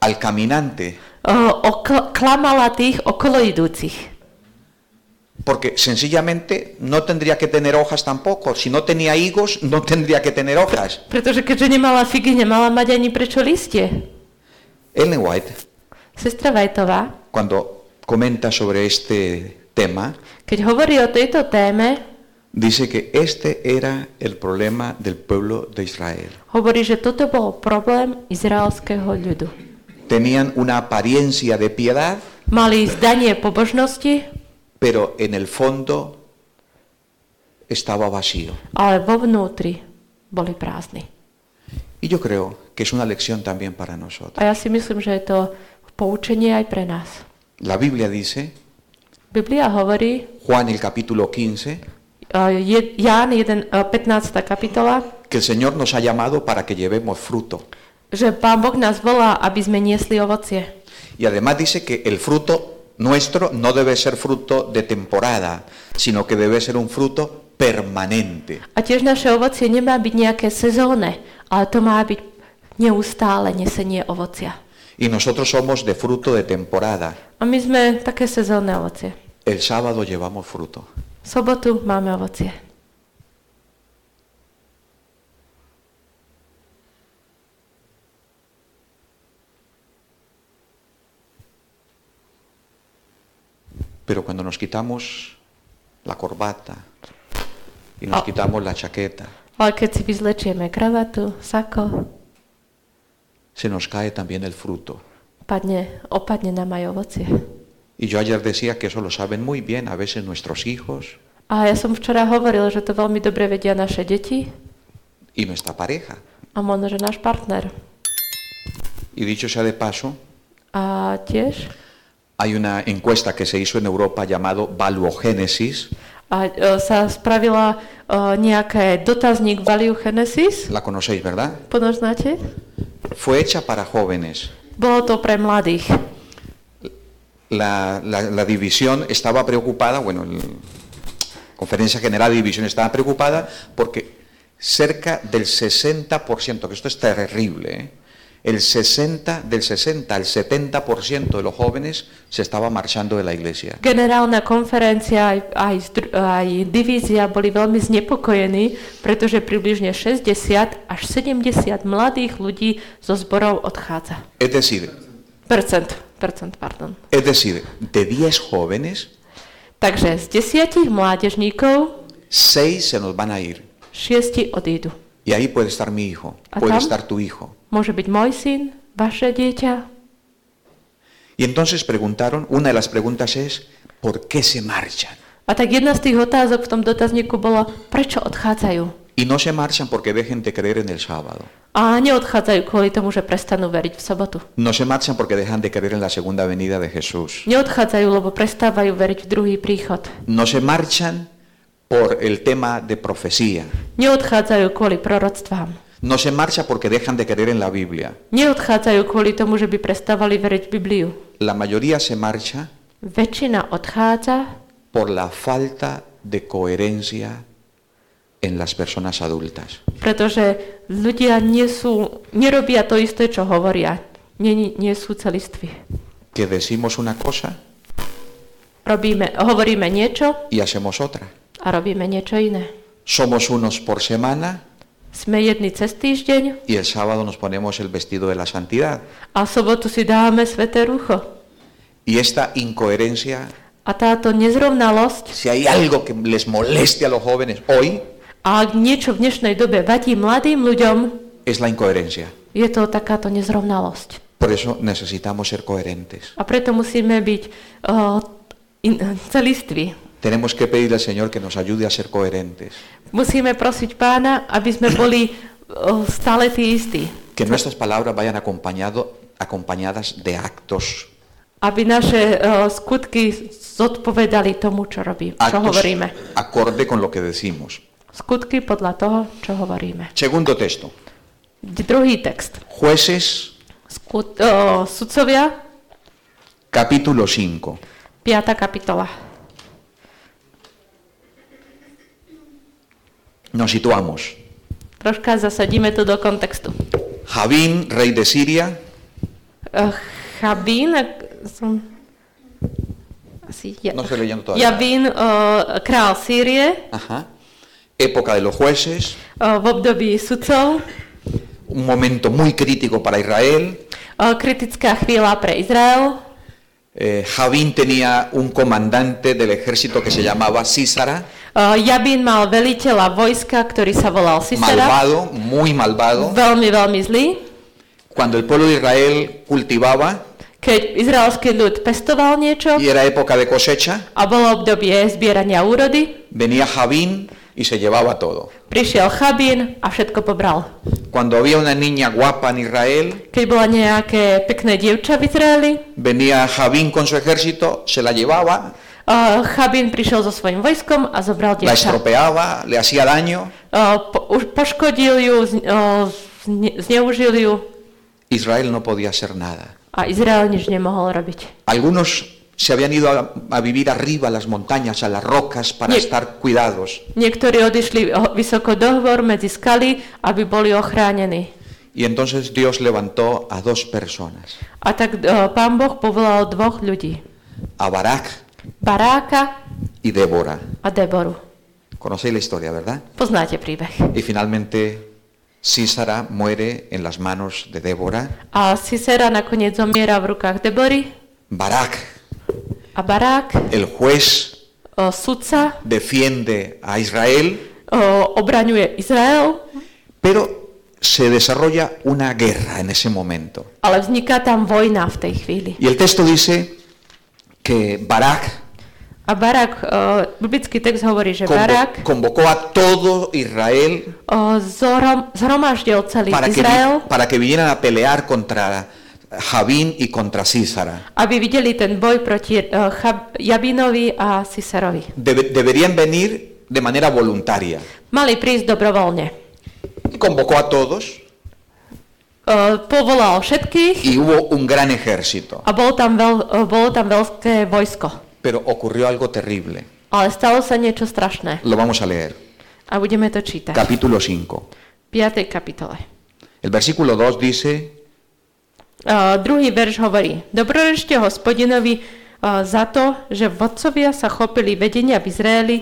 Speaker 1: al caminante
Speaker 2: uh, okl- klamala tých okoloidúcich.
Speaker 1: porque sencillamente no tendría que tener hojas tampoco. Si no tenía higos, no tendría que tener hojas.
Speaker 2: Pretože keďže nemala figy, nemala mať ani prečo listie.
Speaker 1: Ellen White,
Speaker 2: Sestra Vajtová,
Speaker 1: cuando comenta sobre este tema,
Speaker 2: keď hovorí o tejto téme,
Speaker 1: dice que este era el problema del pueblo de Israel.
Speaker 2: hovorí, že toto bol problém izraelského ľudu.
Speaker 1: Tenían una apariencia de piedad,
Speaker 2: Mali zdanie pobožnosti,
Speaker 1: pero en el fondo estaba vacío.
Speaker 2: ale vo vnútri boli prázdni.
Speaker 1: Y yo creo que es una lección también para nosotros.
Speaker 2: A ja si myslím, že je to poučenie aj pre nás.
Speaker 1: La Biblia dice,
Speaker 2: Biblia hovorí,
Speaker 1: Juan el capítulo 15,
Speaker 2: eh, je- Ján 1, eh, 15. kapitola,
Speaker 1: que el Señor nos ha llamado para que llevemos fruto.
Speaker 2: že Pán Boh nás volá, aby sme niesli ovocie.
Speaker 1: Y además dice que el fruto nuestro no debe ser fruto de temporada, sino que debe ser un fruto permanente.
Speaker 2: A tiež naše ovocie nemá byť nejaké sezónne, ale to má byť neustále nesenie ovocia.
Speaker 1: Y nosotros somos de fruto de temporada.
Speaker 2: A my sme také sezónne ovocie.
Speaker 1: El sábado llevamos fruto.
Speaker 2: V sobotu máme ovocie.
Speaker 1: Pero cuando nos quitamos la corbata y nos
Speaker 2: Ah.
Speaker 1: quitamos la chaqueta,
Speaker 2: Ale keď si vyzlečieme kravatu, sako,
Speaker 1: se nos cae también el fruto.
Speaker 2: padne, opadne nám aj ovocie.
Speaker 1: Y yo ayer decía que eso lo saben muy bien a veces nuestros hijos
Speaker 2: A ja som včera hovoril, že to veľmi dobre vedia naše deti
Speaker 1: y nuestra pareja.
Speaker 2: a a možno, že náš partner.
Speaker 1: Y dicho sea de paso,
Speaker 2: A tiež
Speaker 1: hay una encuesta que se hizo en Europa llamado Valuogénesis.
Speaker 2: a, e, sa spravila e, nejaké dotazník Value Genesis,
Speaker 1: La conocéis, ¿verdad?
Speaker 2: poznáte?
Speaker 1: Fue hecha para jóvenes.
Speaker 2: Bolo to pre mladých.
Speaker 1: La, la- la división estaba preocupada, bueno, la Conferencia General de División estaba preocupada porque cerca del 60%, que esto es terrible, ¿eh? el 60, del 60 al 70% de los jóvenes se estaba marchando de la iglesia.
Speaker 2: Generálna konferencia aj, aj, zdru- aj divízia boli veľmi znepokojení, pretože približne 60 až 70 mladých ľudí zo zborov odchádza.
Speaker 1: Es decir,
Speaker 2: Percent, percent, pardon.
Speaker 1: es decir, de 10 jóvenes,
Speaker 2: Takže z desiatich mládežníkov
Speaker 1: 6 se nos van a ir.
Speaker 2: šiesti odídu.
Speaker 1: Y ahí puede estar mi hijo,
Speaker 2: ¿Ah,
Speaker 1: puede
Speaker 2: tam?
Speaker 1: estar tu hijo.
Speaker 2: Môže byť môj syn, vaše dieťa.
Speaker 1: Y entonces preguntaron, una de las preguntas es, ¿por qué se marchan?
Speaker 2: A tak jedna z tých otázok v tom dotazníku bola, prečo odchádzajú?
Speaker 1: Y no se marchan porque dejen de creer en el sábado.
Speaker 2: A neodchádzajú kvôli tomu, že prestanú veriť v sobotu.
Speaker 1: No se marchan porque dejan de creer en la segunda venida de Jesús.
Speaker 2: Neodchádzajú, lebo prestávajú veriť v druhý príchod.
Speaker 1: No se marchan por el tema de profecía.
Speaker 2: Neodchádzajú kvôli proroctvám.
Speaker 1: No se marcha porque dejan de creer en la Biblia.
Speaker 2: Neodchádzajú kvôli tomu, že by prestávali veriť v Bibliu.
Speaker 1: La mayoría se marcha
Speaker 2: Väčšina odchádza
Speaker 1: por la falta de coherencia en las personas adultas.
Speaker 2: Pretože ľudia nie sú, nerobia to isté, čo hovoria. Nie, nie- nie sú celiství.
Speaker 1: Que decimos una cosa
Speaker 2: Robíme, hovoríme niečo
Speaker 1: y hacemos otra.
Speaker 2: a robíme niečo iné.
Speaker 1: Somos unos por semana
Speaker 2: Sme jedni cez týždeň
Speaker 1: y el sábado nos ponemos el vestido de la santidad.
Speaker 2: a v sobotu si dáme sveté rucho.
Speaker 1: Y esta incoherencia,
Speaker 2: A táto nezrovnalosť,
Speaker 1: si hay algo que les moleste a los jóvenes hoy,
Speaker 2: a ak niečo v dnešnej dobe vadí mladým ľuďom,
Speaker 1: es la incoherencia.
Speaker 2: je to takáto nezrovnalosť.
Speaker 1: Por eso necesitamos ser coherentes.
Speaker 2: A preto musíme byť uh, in, celiství.
Speaker 1: Tenemos que pedirle al Señor que nos ayude a ser coherentes.
Speaker 2: Musíme prosiť pána, aby sme boli uh, stále tí istí.
Speaker 1: Que nuestras palabras vayan acompañado, acompañadas de actos.
Speaker 2: aby naše eh, skutky zodpovedali tomu, čo robí, čo
Speaker 1: Actos
Speaker 2: hovoríme.
Speaker 1: acorde con lo que decimos.
Speaker 2: Skutky podľa toho, čo hovoríme.
Speaker 1: Segundo texto.
Speaker 2: D- Druhý text.
Speaker 1: Jueces
Speaker 2: Skut, eh, sudcovia,
Speaker 1: capítulo 5.
Speaker 2: 5. kapitola.
Speaker 1: Nos situamos.
Speaker 2: Troška zasadíme to do kontextu.
Speaker 1: Javín, rey de Siria,
Speaker 2: Eh, Chabín, ak- som... Asi ja...
Speaker 1: No estoy leyendo todavía.
Speaker 2: Javín, eh, král Sýrie,
Speaker 1: ajá, época de los jueces,
Speaker 2: eh, v období sudcov,
Speaker 1: un momento muy crítico para Israel.
Speaker 2: eh, kritická chvíľa pre Izrael,
Speaker 1: Eh, Javín tenía un comandante del ejército que se llamaba Císara,
Speaker 2: Eh, Jabín mal veliteľa vojska, ktorý sa volal Sisera.
Speaker 1: malvado, muy malvado.
Speaker 2: Veľmi, veľmi zlý.
Speaker 1: Cuando el pueblo de Israel cultivaba
Speaker 2: Keď izraelský ľud pestoval niečo
Speaker 1: y era época de cosecha,
Speaker 2: a bolo obdobie zbierania úrody,
Speaker 1: venía Javín y se llevaba todo.
Speaker 2: prišiel Chabín a všetko pobral.
Speaker 1: Cuando había una niña guapa en Israel,
Speaker 2: Keď bola nejaké pekné dievča v Izraeli,
Speaker 1: venía Javín con su ejército, se la llevaba,
Speaker 2: eh, Chabín prišiel so svojím vojskom a zobral
Speaker 1: la
Speaker 2: dievča.
Speaker 1: estropeaba, le hacía daño.
Speaker 2: Eh, po- už poškodil ju, z- eh, zne- zneužil ju
Speaker 1: Israel no podía hacer nada.
Speaker 2: a Izrael nič nemohol robiť.
Speaker 1: Algunos se habían ido a, a vivir arriba a las montañas, a las rocas, para
Speaker 2: Ye-
Speaker 1: estar cuidados.
Speaker 2: Niektorí odišli eh, vysoko dohovor medzi skaly, aby boli ochránení.
Speaker 1: Y entonces Dios levantó a dos personas,
Speaker 2: A tak eh, pán Boh povolal dvoch ľudí.
Speaker 1: a Barak
Speaker 2: Baráka
Speaker 1: y Débora.
Speaker 2: a Deboru.
Speaker 1: Conocéis la historia, ¿verdad?
Speaker 2: Poznáte príbeh.
Speaker 1: Y finalmente Sísara muere en las manos de Débora.
Speaker 2: A Sisera nakoniec zomiera v rukách Debory
Speaker 1: Barak,
Speaker 2: a Barák,
Speaker 1: el juez,
Speaker 2: o, sudca,
Speaker 1: defiende a Israel,
Speaker 2: o, obraňuje Izrael,
Speaker 1: pero se desarrolla una guerra en ese momento.
Speaker 2: ale vzniká tam vojna v tej chvíli.
Speaker 1: Y el texto dice que Barak
Speaker 2: A Barak, eh, biblický text hovorí, že e,
Speaker 1: Convo-
Speaker 2: Barak
Speaker 1: convocó a todo Israel
Speaker 2: eh, zohrom- zhromaždil celý
Speaker 1: para que, vi-
Speaker 2: Izrael,
Speaker 1: para que vinieran a pelear contra Javín y contra Císara.
Speaker 2: aby videli ten boj proti eh, Chab- Jabinovi a Siserovi.
Speaker 1: Debe- deberían venir de manera voluntaria.
Speaker 2: Mali prísť dobrovoľne.
Speaker 1: Y convocó a todos
Speaker 2: Eh, Povolal všetkých
Speaker 1: y hubo un gran ejército.
Speaker 2: a bolo tam, veľ, eh, bolo tam veľké vojsko.
Speaker 1: Pero ocurrió algo terrible.
Speaker 2: Ale stalo sa niečo strašné
Speaker 1: Lo vamos a leer.
Speaker 2: a budeme to čítať.
Speaker 1: Capítulo 5.
Speaker 2: V 5. kapitole.
Speaker 1: El versículo 2 dice,
Speaker 2: Uh, druhý verš hovorí, dobrorečte hospodinovi uh, za to, že vodcovia sa chopili vedenia v Izraeli,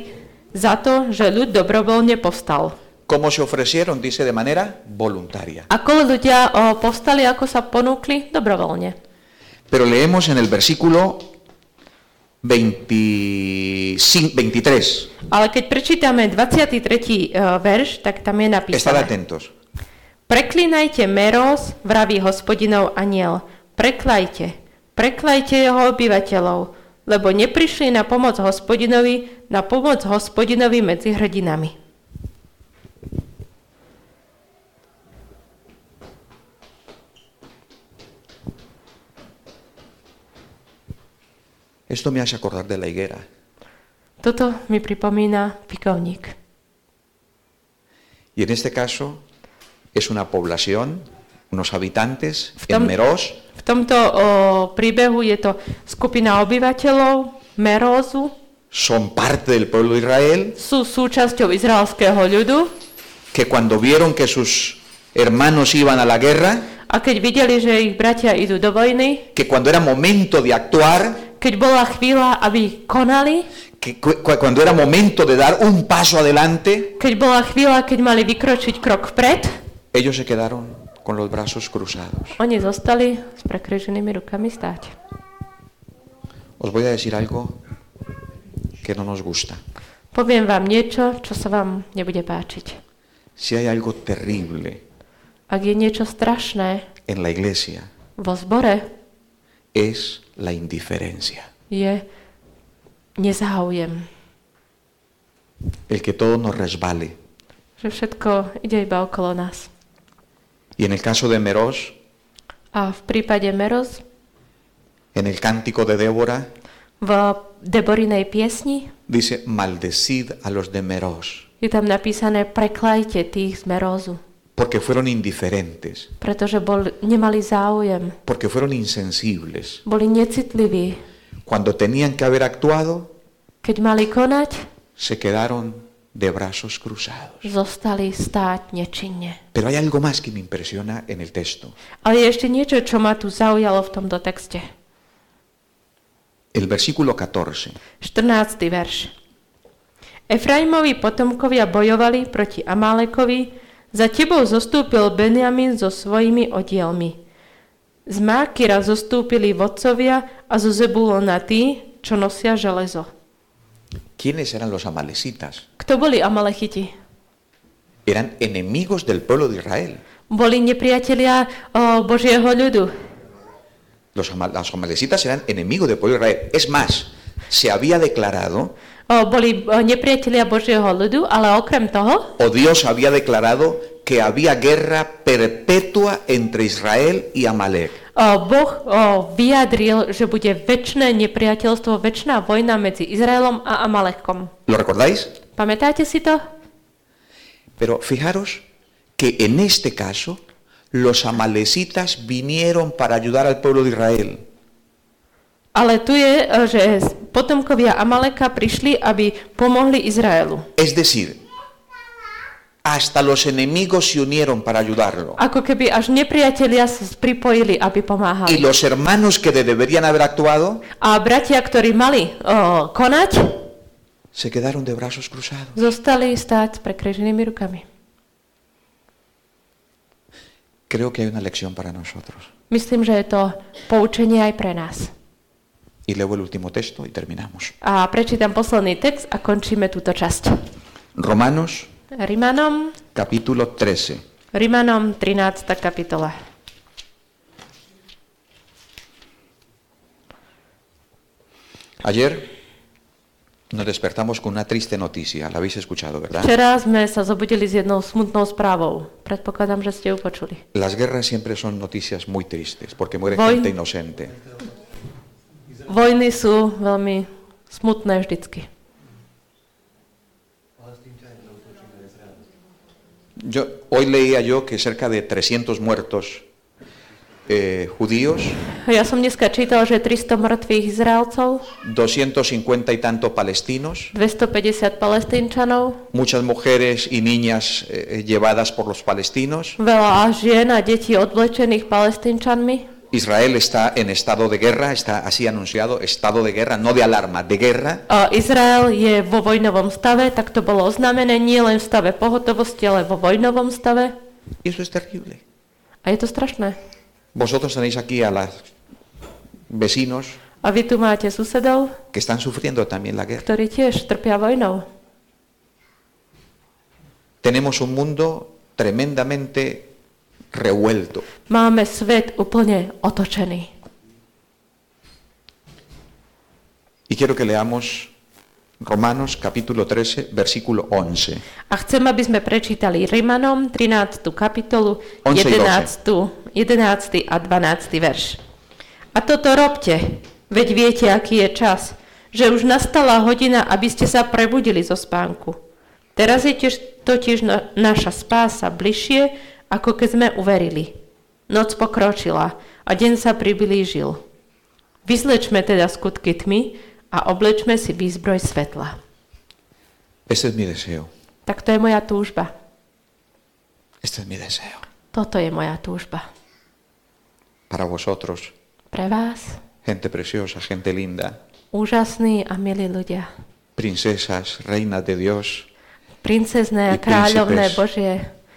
Speaker 2: za to, že ľud dobrovoľne povstal.
Speaker 1: ¿cómo se ofrecieron? Dice de manera voluntaria.
Speaker 2: Ako ľudia uh, povstali, ako sa ponúkli? Dobrovoľne.
Speaker 1: Pero leemos en el versículo 25, 23.
Speaker 2: Ale keď prečítame 23. Uh, verš, tak tam je
Speaker 1: Estad
Speaker 2: napísané.
Speaker 1: atentos.
Speaker 2: Preklínajte Meros, vraví hospodinov aniel. Preklajte, preklajte jeho obyvateľov, lebo neprišli na pomoc hospodinovi, na pomoc hospodinovi medzi hrdinami.
Speaker 1: Esto me hace acordar de la higuera.
Speaker 2: Toto mi pripomína pikovník.
Speaker 1: Y en este caso es una población, unos habitantes en
Speaker 2: Tam-
Speaker 1: Meros,
Speaker 2: V tomto o, príbehu je to skupina obyvateľov Merózu,
Speaker 1: son parte del pueblo de Israel,
Speaker 2: sú súčasťou izraelského ľudu
Speaker 1: que cuando vieron que sus hermanos iban a la guerra,
Speaker 2: a keď videli, že ich bratia idú do vojny,
Speaker 1: que cuando era momento de actuar,
Speaker 2: keď bola chvíľa, aby konali,
Speaker 1: que cu- cu- cuando era momento de dar un paso adelante,
Speaker 2: keď bola chvíľa, keď mali vykročiť krok vpred,
Speaker 1: ellos se quedaron con los brazos cruzados.
Speaker 2: oni zostali s prekryženými rukami stáť.
Speaker 1: Os voy a decir algo que no nos gusta.
Speaker 2: Poviem vám niečo, čo sa vám nebude páčiť.
Speaker 1: Si hay algo terrible
Speaker 2: Ak je niečo strašné
Speaker 1: en la iglesia,
Speaker 2: vo zbore,
Speaker 1: es la indiferencia.
Speaker 2: je nezáujem.
Speaker 1: El que todo nos resbale.
Speaker 2: že všetko ide iba okolo nás.
Speaker 1: Y en el caso de Meros,
Speaker 2: A v prípade Meros,
Speaker 1: en el cántico de Débora,
Speaker 2: v Deborinej piesni,
Speaker 1: dice, maldecid a los de Meros,
Speaker 2: je tam napísané preklajte tých z Merózu,
Speaker 1: porque fueron indiferentes,
Speaker 2: pretože bol, nemali záujem,
Speaker 1: porque fueron insensibles.
Speaker 2: boli necitliví.
Speaker 1: Cuando tenían que haber actuado,
Speaker 2: Keď mali konať,
Speaker 1: se quedaron de brazos cruzados.
Speaker 2: zostali stáť nečinne.
Speaker 1: Pero hay algo más que me impresiona en el texto.
Speaker 2: Ale je ešte niečo, čo ma tu zaujalo v tomto texte.
Speaker 1: El versículo 14.
Speaker 2: 14. verš. Efraimovi potomkovia bojovali proti Amálekovi, za tebou zostúpil Benjamin so svojimi odielmi. Z Mákira zostúpili vodcovia a zo Zebulona tí, čo nosia železo.
Speaker 1: ¿Quiénes eran los amalecitas?
Speaker 2: Kto boli Amalechiti?
Speaker 1: Eran enemigos del pueblo de Israel.
Speaker 2: Boli nepriatelia o, Božieho ľudu.
Speaker 1: Los, ama- los amalecitas eran enemigos del pueblo de Israel. Es más, se había declarado,
Speaker 2: O, boli o, nepriatelia Božieho ľudu, ale okrem toho
Speaker 1: o Dios había declarado que había guerra perpetua entre Israel y Amalek.
Speaker 2: o, Boh o, vyjadril, že bude väčšné nepriateľstvo, väčšná vojna medzi Izraelom a Amalekom.
Speaker 1: ¿Lo recordáis?
Speaker 2: Pamätáte si to?
Speaker 1: Pero fijaros que en este caso los amalecitas vinieron para ayudar al pueblo de Israel.
Speaker 2: Ale tu je, e, že s- potomkovia Amaleka prišli, aby pomohli Izraelu.
Speaker 1: Es decir, hasta los enemigos se unieron para ayudarlo.
Speaker 2: Ako keby až nepriatelia sa s- pripojili,
Speaker 1: Y
Speaker 2: aby pomáhali.
Speaker 1: los hermanos que de- deberían haber actuado
Speaker 2: A bratia, ktorí mali o, konať,
Speaker 1: se quedaron de brazos cruzados.
Speaker 2: zostali stáť s prekreženými rukami.
Speaker 1: Creo que hay una lección para nosotros.
Speaker 2: Myslím, že je to poučenie aj pre nás.
Speaker 1: Y leo el último texto y terminamos.
Speaker 2: A prečítam posledný text a končíme túto časť.
Speaker 1: Romanos
Speaker 2: Rimanom,
Speaker 1: capítulo 13.
Speaker 2: Rimanom 13. kapitola.
Speaker 1: Ayer Nos despertamos con una triste noticia, la habéis escuchado, ¿verdad?
Speaker 2: Včera sme sa zobudili s jednou smutnou správou. Predpokladám, že ste ju počuli.
Speaker 1: Las guerras siempre son noticias muy tristes, porque muere
Speaker 2: Voy-
Speaker 1: gente inocente.
Speaker 2: Vojny sú veľmi smutné vždycky.
Speaker 1: Yo, hoy leía yo que cerca de 300 muertos eh, judíos,
Speaker 2: Ja som dneska čítal, že 300 mŕtvych Izraelcov,
Speaker 1: 250 y tanto palestinos,
Speaker 2: 250 palestínčanov,
Speaker 1: muchas mujeres y niñas eh, llevadas por los palestinos.
Speaker 2: veľa žien a detí odvlečených palestínčanmi.
Speaker 1: Israel está en estado de guerra, está así anunciado, estado de guerra, no de alarma, de guerra.
Speaker 2: A Izrael je vo vojnovom stave, tak to bolo oznámené nie len v stave pohotovosti, ale vo vojnovom stave.
Speaker 1: Y eso es terrible.
Speaker 2: A je to strašné.
Speaker 1: Vosotros tenéis aquí a los vecinos
Speaker 2: A vy tu máte susedov,
Speaker 1: que están sufriendo también la guerra.
Speaker 2: ktorí tiež trpia vojnou.
Speaker 1: Tenemos un mundo tremendamente revuelto.
Speaker 2: Máme svet úplne otočený.
Speaker 1: Y quiero que leamos Romanos capítulo 13, versículo 11.
Speaker 2: A chcem, aby sme prečítali Rimanom 13. kapitolu,
Speaker 1: On sa
Speaker 2: 11. 11. a 12. verš. A toto robte, veď viete, aký je čas, že už nastala hodina, aby ste sa prebudili zo spánku. Teraz je tiež totiž na, naša spása bližšie, ako keď sme uverili. Noc pokročila a deň sa priblížil. Vyzlečme teda skutky tmy a oblečme si výzbroj svetla.
Speaker 1: Este es mi deseo.
Speaker 2: Tak to je moja túžba.
Speaker 1: Este es mi deseo.
Speaker 2: Toto je moja túžba.
Speaker 1: Para vosotros,
Speaker 2: Pre vás,
Speaker 1: gente preciosa, gente linda,
Speaker 2: úžasní a milí ľudia,
Speaker 1: princesas, reinas de Dios, I
Speaker 2: princezné a kráľovné
Speaker 1: príncipes.
Speaker 2: Božie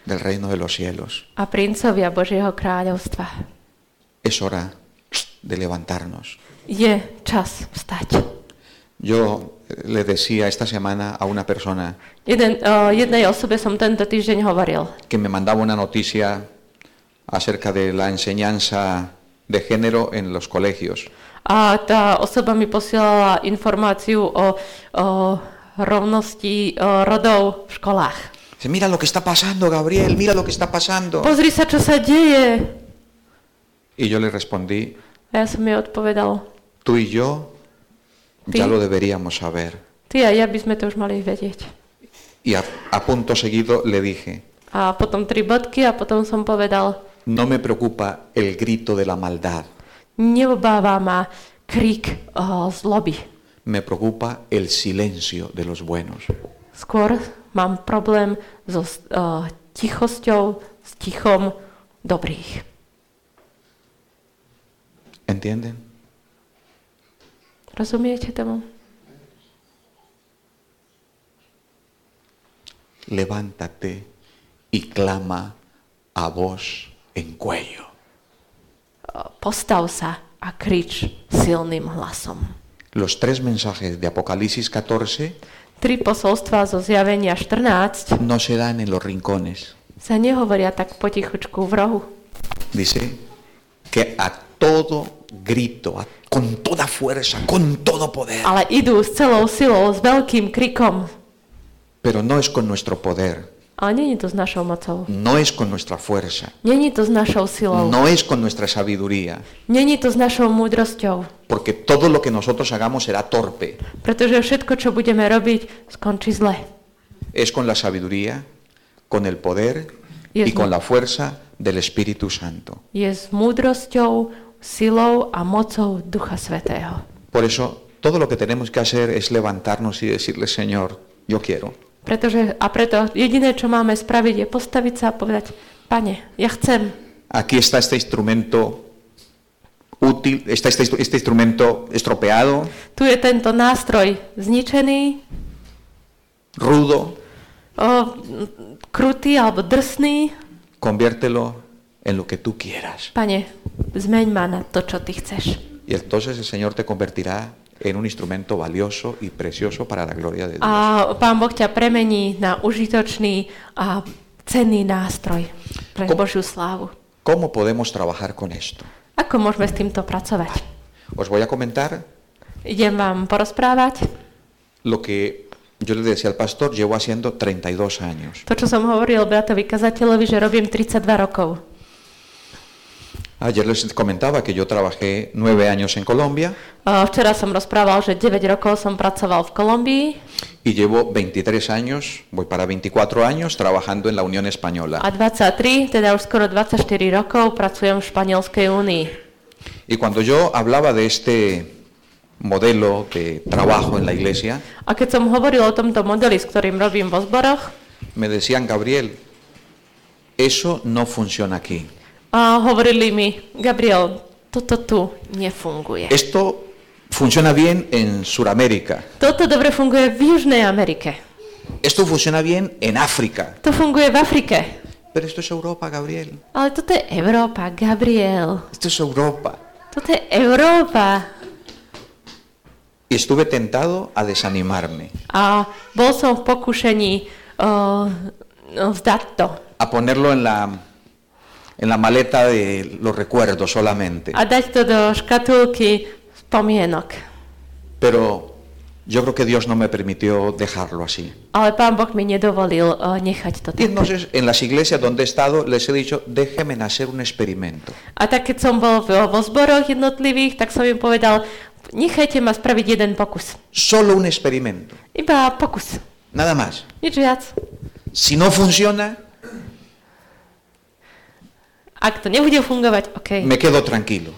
Speaker 1: del reino de los cielos.
Speaker 2: a princovia Božieho kráľovstva.
Speaker 1: Es hora de levantarnos.
Speaker 2: Je čas vstať.
Speaker 1: Yo eh, le decía esta semana a una persona
Speaker 2: Jeden, o, jednej osobe som tento týždeň hovoril.
Speaker 1: que me mandaba una noticia acerca de la enseñanza de género en los colegios.
Speaker 2: A tá osoba mi posielala informáciu o, o rovnosti o, rodov v školách.
Speaker 1: Dice, mira lo que está pasando, Gabriel, mira lo que está pasando.
Speaker 2: Pozri sa, čo sa deje.
Speaker 1: Y yo le respondí,
Speaker 2: A ja som jej odpovedal,
Speaker 1: tú y yo ya
Speaker 2: Sí.
Speaker 1: lo deberíamos saber.
Speaker 2: ty a ja by sme to už mali vedieť.
Speaker 1: Y a, a punto seguido le dije,
Speaker 2: A potom tri bodky a potom som povedal,
Speaker 1: no me preocupa el grito de la maldad,
Speaker 2: neobáva ma krik o, zloby.
Speaker 1: me preocupa el silencio de los buenos.
Speaker 2: Skôr mám problém so s- o, tichosťou, s tichom dobrých.
Speaker 1: ¿Entienden?
Speaker 2: Rozumiete tomu?
Speaker 1: Levántate y clama a voz en cuello.
Speaker 2: O, Postav sa a krič silným hlasom.
Speaker 1: Los tres mensajes de Apocalipsis 14
Speaker 2: Tri posolstva zo zjavenia 14
Speaker 1: no se dan en los rincones.
Speaker 2: sa nehovoria tak potichučku v rohu.
Speaker 1: Dice que a todo grito, a- con toda fuerza, con todo poder.
Speaker 2: Ale idú s celou silou, s veľkým krikom.
Speaker 1: Pero no es con nuestro poder,
Speaker 2: Ale není to s našou mocou.
Speaker 1: no es con nuestra fuerza,
Speaker 2: Není to s našou silou.
Speaker 1: no es con nuestra sabiduría,
Speaker 2: Není to s našou múdrosťou,
Speaker 1: porque todo lo que nosotros hagamos será torpe.
Speaker 2: pretože všetko, čo budeme robiť, skončí zle.
Speaker 1: Es con la sabiduría, con el poder
Speaker 2: Y es
Speaker 1: y con
Speaker 2: no-
Speaker 1: la fuerza del Espíritu Santo.
Speaker 2: Je s múdrosťou, silou a mocou Ducha Svetého.
Speaker 1: Por eso, todo lo que tenemos que hacer es levantarnos y decirle, Señor, yo quiero.
Speaker 2: Pretože, a preto jediné, čo máme spraviť, je postaviť sa a povedať, pane, ja chcem,
Speaker 1: Aquí está este instrumento útil, está este, este instrumento estropeado,
Speaker 2: tu je tento nástroj zničený,
Speaker 1: rudo,
Speaker 2: o, m, krutý alebo drsný.
Speaker 1: conviértelo en lo que tú quieras.
Speaker 2: Pane, zmeň ma na to, čo ty chceš.
Speaker 1: Y entonces el Señor te convertirá en un instrumento valioso y precioso para la gloria de Dios.
Speaker 2: A pán Boh ťa premení na užitočný a cenný nástroj pre
Speaker 1: Ko-
Speaker 2: Božiu slávu.
Speaker 1: ¿Cómo podemos trabajar con esto?
Speaker 2: Ako môžeme s týmto pracovať?
Speaker 1: Os voy a comentar
Speaker 2: Idem vám porozprávať
Speaker 1: lo que yo le decía al pastor, llevo haciendo 32 años.
Speaker 2: To, čo som hovoril bratovi kazateľovi, že robím 32 rokov.
Speaker 1: Ayer les comentaba que yo trabajé nueve años en Colombia
Speaker 2: A Včera som rozprával, že 9 rokov som pracoval v Kolumbii
Speaker 1: y llevo 23 años, voy para 24 años trabajando en la Unión
Speaker 2: a
Speaker 1: Española.
Speaker 2: 23, teda už skoro 24 rokov pracujem v Španielskej únii.
Speaker 1: Y cuando yo hablaba de este modelo de trabajo en la iglesia,
Speaker 2: A keď som hovoril o tomto modeli, s ktorým robím vo zboroch,
Speaker 1: me decían, Gabriel, eso no funciona aquí.
Speaker 2: a hovorili mi, Gabriel, toto tu nefunguje.
Speaker 1: Esto funciona bien en Sudamérica,
Speaker 2: Toto dobre funguje v Južnej Amerike.
Speaker 1: esto funciona bien en África,
Speaker 2: To funguje v Afrike.
Speaker 1: pero esto es Europa, Gabriel,
Speaker 2: Ale toto je Európa, Gabriel.
Speaker 1: esto es Europa.
Speaker 2: Toto je Európa.
Speaker 1: Y estuve tentado a desanimarme,
Speaker 2: A bol som v pokušení uh, vzdať to
Speaker 1: a ponerlo en la, en la maleta de los recuerdos solamente.
Speaker 2: a dať to do škatulky spomienok.
Speaker 1: Pero yo creo que Dios no me permitió dejarlo así.
Speaker 2: Ale pán Boh mi nedovolil uh, nechať to
Speaker 1: Y
Speaker 2: tak.
Speaker 1: entonces en las iglesias donde he estado les he dicho, déjenme hacer un experimento.
Speaker 2: A tak keď som bol vo, vo zboroch jednotlivých, tak som im povedal, nechajte ma spraviť jeden pokus.
Speaker 1: Solo un experimento,
Speaker 2: Iba pokus.
Speaker 1: nada más.
Speaker 2: Nič viac.
Speaker 1: Si no funciona,
Speaker 2: Ak to nebude fungovať, OK,
Speaker 1: me quedo tranquilo.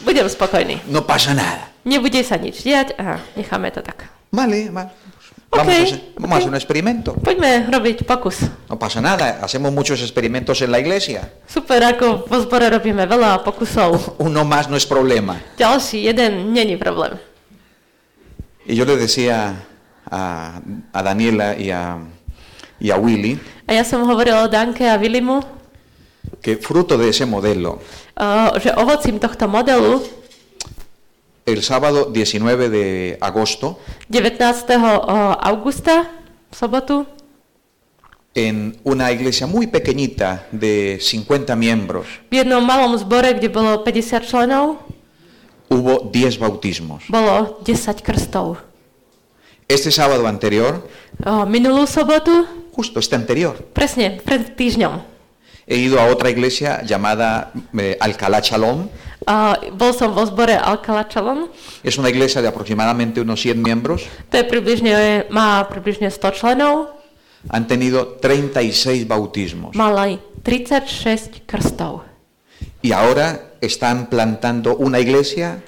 Speaker 2: budem spokojný.
Speaker 1: No pasa nada.
Speaker 2: Nebude sa nič diať, aha, necháme to tak.
Speaker 1: Vale, va- Vamos, a
Speaker 2: Ok,
Speaker 1: hacer, vamos a
Speaker 2: ok.
Speaker 1: hacer un experimento.
Speaker 2: Poďme robiť pokus.
Speaker 1: No pasa nada. Hacemos muchos experimentos en la iglesia.
Speaker 2: Super, ako vo zbore robíme veľa pokusov.
Speaker 1: Uno más no es problema.
Speaker 2: Ďalší jeden není problém.
Speaker 1: Y yo le decía a, a Daniela y a, y a Willy
Speaker 2: A ja som hovorila o Danke a Vilimu,
Speaker 1: que fruto de ese modelo,
Speaker 2: eh, že ovocím tohto modelu
Speaker 1: el sábado 19 de agosto
Speaker 2: 19. eh, augusta, v sobotu,
Speaker 1: en una iglesia muy pequeñita de 50 miembros
Speaker 2: v jednom malom zbore, kde bolo 50 členov,
Speaker 1: hubo 10 bautismos.
Speaker 2: bolo 10 krstov.
Speaker 1: Este sábado anterior,
Speaker 2: Eh, Minulú sobotu,
Speaker 1: justo este anterior,
Speaker 2: presne, pred týždňom,
Speaker 1: he ido a otra iglesia llamada eh, Alcalá Chalón.
Speaker 2: eh, bol som vo zbore Alcala Chalon.
Speaker 1: Es una iglesia de aproximadamente unos 100 miembros.
Speaker 2: To je približne, má približne 100 členov,
Speaker 1: Han tenido 36 bautismos.
Speaker 2: mala aj 36 krstov.
Speaker 1: Y ahora están plantando una iglesia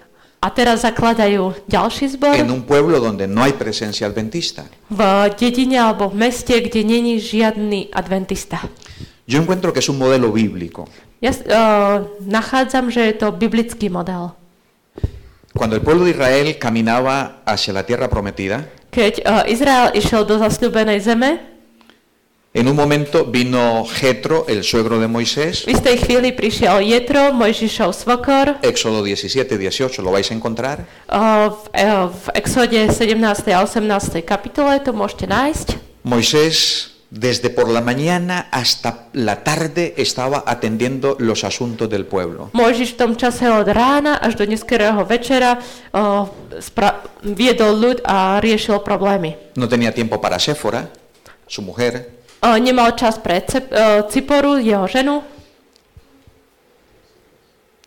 Speaker 2: A teraz zakladajú ďalší
Speaker 1: en
Speaker 2: zbor
Speaker 1: un pueblo donde no hay presencia adventista.
Speaker 2: v dedine alebo v meste, kde není žiadny adventista.
Speaker 1: Yo encuentro que es un modelo bíblico.
Speaker 2: Ja s- e, nachádzam, že je to biblický model.
Speaker 1: Cuando el pueblo de Israel caminaba hacia la tierra prometida,
Speaker 2: Keď e, Izrael išiel do zasľúbenej zeme,
Speaker 1: en un momento vino Jetro, el suegro de Moisés,
Speaker 2: v istej chvíli prišiel Jetro, Mojžišov svokor, e,
Speaker 1: Éxodo 17, 18, lo vais a encontrar,
Speaker 2: v, e, v Exode 17. a 18. kapitole, to môžete nájsť.
Speaker 1: Moisés desde por la mañana hasta la tarde estaba atendiendo los asuntos del pueblo.
Speaker 2: Mojžiš v tom čase od rána až do neskorého večera o, spra- viedol ľud a riešil problémy. E,
Speaker 1: No tenía tiempo para Séfora, su mujer,
Speaker 2: O, nemal čas pre cep- o, Ciporu, jeho ženu.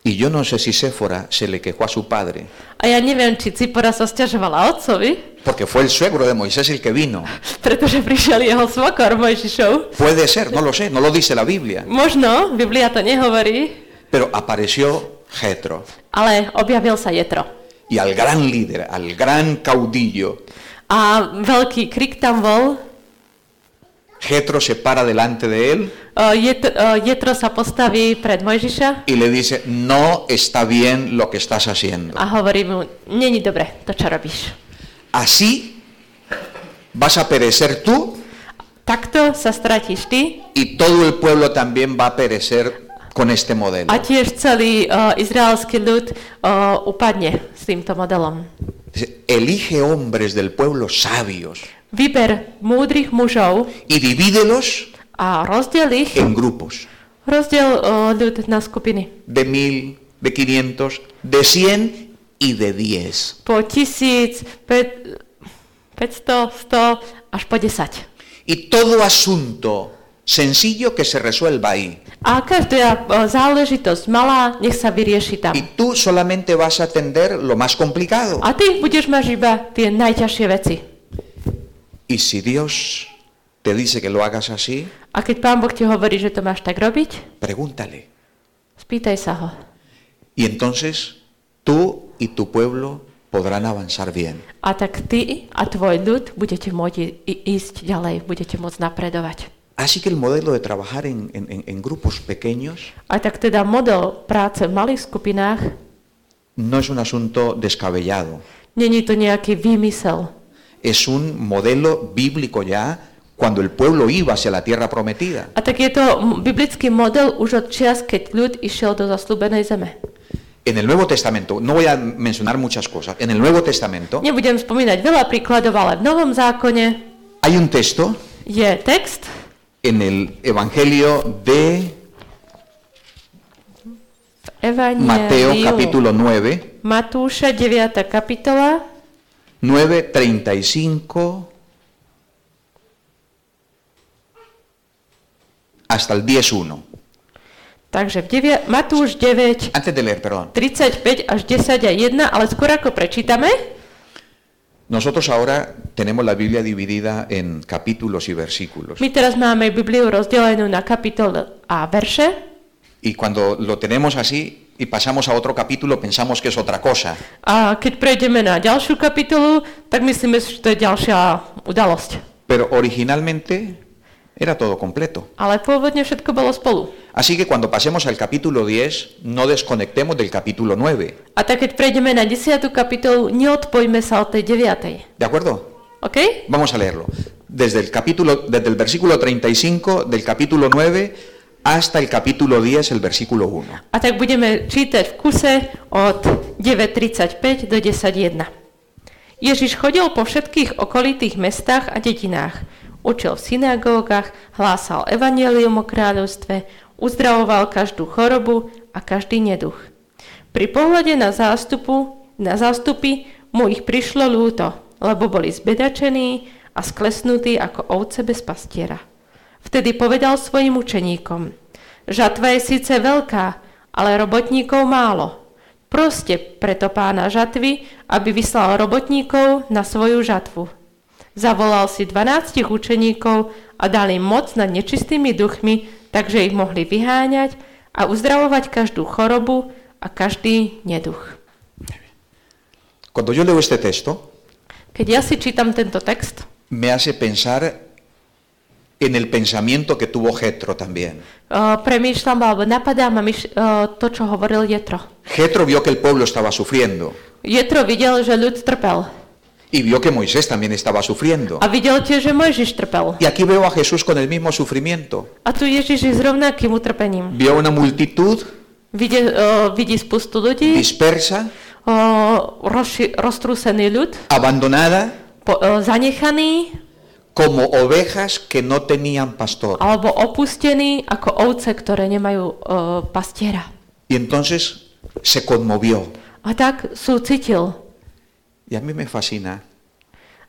Speaker 1: y yo no sé si Séfora se le quejó a su padre,
Speaker 2: A ja neviem, či Cipora sa stiažovala otcovi,
Speaker 1: porque fue el suegro de Moisés el que vino.
Speaker 2: pretože prišiel jeho svokor Mojžišov.
Speaker 1: Puede ser, no lo sé, no lo dice la Biblia.
Speaker 2: Možno, Biblia to nehovorí,
Speaker 1: Pero apareció Jetro
Speaker 2: ale objavil sa Jetro.
Speaker 1: y al gran líder, al gran caudillo,
Speaker 2: A veľký krik tam bol.
Speaker 1: Jetro se para delante de él
Speaker 2: O, Jetro, o, Jetro sa postaví pred Mojžiša
Speaker 1: y le dice, "No está bien lo que estás haciendo.
Speaker 2: a hovorí mu, není dobre to, čo robíš.
Speaker 1: Así vas a perecer tú
Speaker 2: Takto sa stratíš ty
Speaker 1: y todo el pueblo también va a perecer con este modelo."
Speaker 2: a tiež celý o, izraelský ľud o, upadne s týmto modelom.
Speaker 1: Dice, "Elige hombres del pueblo sabios
Speaker 2: Vyber múdrych mužov
Speaker 1: y divídelos
Speaker 2: a rozdiel ich,
Speaker 1: en grupos
Speaker 2: rozdiel o, ľud na skupiny.
Speaker 1: de mil, de 500, de 100 y de 10."
Speaker 2: Po tisíc, päť- 500, 100 až po 10.
Speaker 1: Y todo asunto sencillo que se resuelva ahí.
Speaker 2: A každá e, záležitosť malá, nech sa vyrieši tam.
Speaker 1: Y tú solamente vas a atender lo más complicado.
Speaker 2: A ty budeš mať iba tie najťažšie veci.
Speaker 1: Y si Dios te dice que lo hagas así,
Speaker 2: A keď Pán Boh ti hovorí, že to máš tak robiť,
Speaker 1: pregúntale.
Speaker 2: spýtaj sa ho.
Speaker 1: Y entonces tú y tu pueblo podrán avanzar bien.
Speaker 2: A tak ty a tvoj ľud budete môcť i- i- ísť ďalej, budete môcť napredovať.
Speaker 1: Así que el modelo de trabajar en, en- en- en grupos pequeños
Speaker 2: A tak teda model práce v malých skupinách,
Speaker 1: no es un asunto descabellado.
Speaker 2: není to nejaký výmysel.
Speaker 1: Es un modelo bíblico ya cuando el pueblo iba hacia la tierra prometida.
Speaker 2: A tak je to m- biblický model už od čias, keď ľud išiel do zaslúbenej zeme.
Speaker 1: En el Nuevo Testamento, no voy a mencionar muchas cosas, en el Nuevo Testamento
Speaker 2: Nebudem spomínať veľa príkladov, ale v Novom zákone
Speaker 1: hay un texto
Speaker 2: je text,
Speaker 1: en el Evangelio de Mateo
Speaker 2: Evangelium
Speaker 1: capítulo 9,
Speaker 2: Matúša 9. kapitola
Speaker 1: 9, 35 hasta el 10, 1.
Speaker 2: Takže v 9, Matúš 9,
Speaker 1: Antes de leer, perdón.
Speaker 2: 35 až 10 a 1, ale skôr ako prečítame,
Speaker 1: Nosotros ahora tenemos la Biblia dividida en capítulos y versículos.
Speaker 2: my teraz máme Bibliu rozdelenú na kapitol a verše
Speaker 1: Y cuando lo tenemos así y pasamos a otro capítulo pensamos que es otra cosa.
Speaker 2: a keď prejdeme na ďalšiu kapitolu, tak myslíme si, že to je ďalšia udalosť.
Speaker 1: Pero originalmente era todo completo.
Speaker 2: Ale pôvodne všetko bolo spolu.
Speaker 1: Así que cuando pasemos al capítulo 10, no desconectemos del capítulo 9.
Speaker 2: A tak keď prejdeme na 10. kapitolu, neodpojme sa od tej 9.
Speaker 1: ¿De acuerdo?
Speaker 2: OK?
Speaker 1: Vamos a leerlo. Desde el capítulo desde el versículo 35 del capítulo 9 hasta el capítulo 10, el versículo 1.
Speaker 2: A tak budeme čítať v kuse od 9.35 do 10.1. Ježiš chodil po všetkých okolitých mestách a dedinách. Učil v synagógach, hlásal evanelium o kráľovstve, uzdravoval každú chorobu a každý neduch. Pri pohľade na, zástupu, na zástupy mu ich prišlo ľúto, lebo boli zbedačení a sklesnutí ako ovce bez pastiera. Vtedy povedal svojim učeníkom, žatva je síce veľká, ale robotníkov málo. Proste preto pána žatvy, aby vyslal robotníkov na svoju žatvu. Zavolal si 12 učeníkov a dal im moc nad nečistými duchmi, takže ich mohli vyháňať a uzdravovať každú chorobu a každý neduch.
Speaker 1: Cuando yo leo este texto,
Speaker 2: Keď ja si čítam tento text, e,
Speaker 1: me hace pensar en el pensamiento que tuvo Jetro también.
Speaker 2: eh, premýšľam alebo napadá ma myš- eh, to, čo hovoril Jetro.
Speaker 1: Jetro vio que el pueblo estaba sufriendo
Speaker 2: Jetro videl, že ľud trpel.
Speaker 1: y vio que Moisés también estaba sufriendo.
Speaker 2: A videl tiež, že Mojžiš trpel.
Speaker 1: Y aquí veo a Jesús con el mismo sufrimiento.
Speaker 2: A tu Ježiš je s rovnakým utrpením.
Speaker 1: Vio a una multitud
Speaker 2: Vidie, eh, vidí spustu ľudí,
Speaker 1: dispersa,
Speaker 2: o, rozši- roztrúsený ľud,
Speaker 1: abandonada,
Speaker 2: po, o, zanechaný
Speaker 1: como ovejas que no tenían pastor.
Speaker 2: alebo opustený ako ovce, ktoré nemajú o, pastiera.
Speaker 1: Y entonces se conmovió.
Speaker 2: A tak súcitil.
Speaker 1: Y a mí me fascina,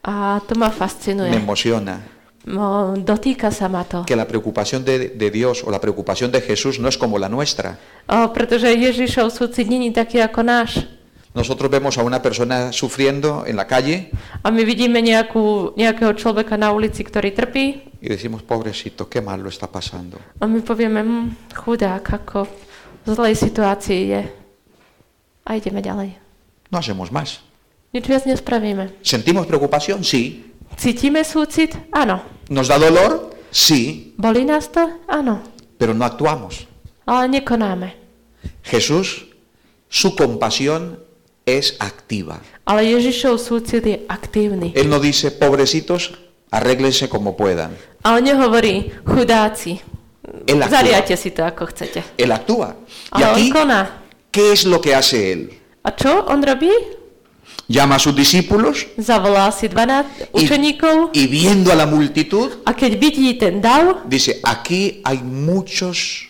Speaker 2: A to ma
Speaker 1: me
Speaker 2: fascinuje.
Speaker 1: emociona
Speaker 2: No, dotýka sa ma to.
Speaker 1: que la preocupación de, de Dios o la preocupación de Jesús no es como la nuestra.
Speaker 2: O, pretože Ježišov súcit není taký ako náš.
Speaker 1: Nosotros vemos a una persona sufriendo en la calle
Speaker 2: A my vidíme nejakú, nejakého človeka na ulici, ktorý trpí
Speaker 1: y decimos, pobrecito, qué mal lo está pasando.
Speaker 2: a my povieme, hm, chudák, ako v zlej situácii je. A ideme ďalej.
Speaker 1: No hacemos más.
Speaker 2: Nič viac nespravíme.
Speaker 1: ¿Sentimos preocupación? Sí.
Speaker 2: Cítime súcit? Áno.
Speaker 1: ¿Nos da dolor? Sí,
Speaker 2: Bolí nás to? Áno.
Speaker 1: pero no actuamos.
Speaker 2: Ale nekonáme.
Speaker 1: Jesús, su compasión es activa.
Speaker 2: Ale Ježišov súcit je aktívny.
Speaker 1: Él no dice, pobrecitos, arréglense como puedan.
Speaker 2: Ale nehovorí, chudáci,
Speaker 1: Él actúa.
Speaker 2: zariate si to ako chcete.
Speaker 1: Él actúa. Y
Speaker 2: Ale on
Speaker 1: aquí,
Speaker 2: koná.
Speaker 1: ¿qué es lo que hace él?
Speaker 2: A čo on robí?
Speaker 1: Llama a sus discípulos
Speaker 2: Zavolá si 12
Speaker 1: y,
Speaker 2: učeníkov
Speaker 1: y viendo a la multitud,
Speaker 2: a keď vidí ten dav,
Speaker 1: dice, aquí hay muchos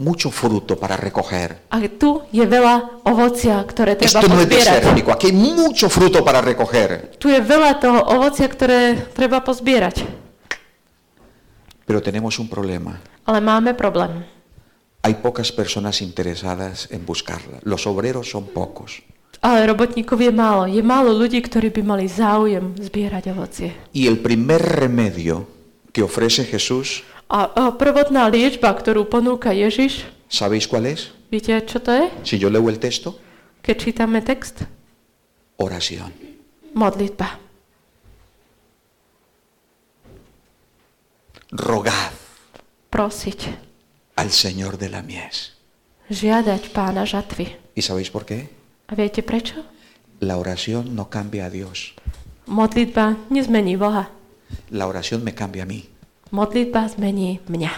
Speaker 1: mucho fruto para recoger.
Speaker 2: A tu je veľa ovocia, ktoré treba
Speaker 1: Esto no es
Speaker 2: pozbierať.
Speaker 1: desértico, aquí hay mucho fruto para recoger,
Speaker 2: Tu je veľa toho ovocia, ktoré treba pozbierať.
Speaker 1: pero tenemos un problema.
Speaker 2: Ale máme problém.
Speaker 1: Hay pocas personas interesadas en buscarla. Los obreros son pocos.
Speaker 2: Ale robotníkov je málo. Je málo ľudí, ktorí by mali záujem zbierať ovocie.
Speaker 1: Y el primer remedio que ofrece Jesús,
Speaker 2: A, a prvotná liečba, ktorú ponúka Ježiš,
Speaker 1: ¿sabéis cuál es?
Speaker 2: viete, čo to je?
Speaker 1: Si yo leo el texto,
Speaker 2: Keď čítame text?
Speaker 1: oración.
Speaker 2: Modlitba.
Speaker 1: Rogad
Speaker 2: Prosiť.
Speaker 1: al Señor de la mies.
Speaker 2: Žiadať pána žatvy.
Speaker 1: ¿Y sabéis por qué?
Speaker 2: A viete prečo?
Speaker 1: La oración no cambia a Dios.
Speaker 2: Modlitba nezmení Boha.
Speaker 1: La oración me cambia a mí.
Speaker 2: Modlitba zmení mňa.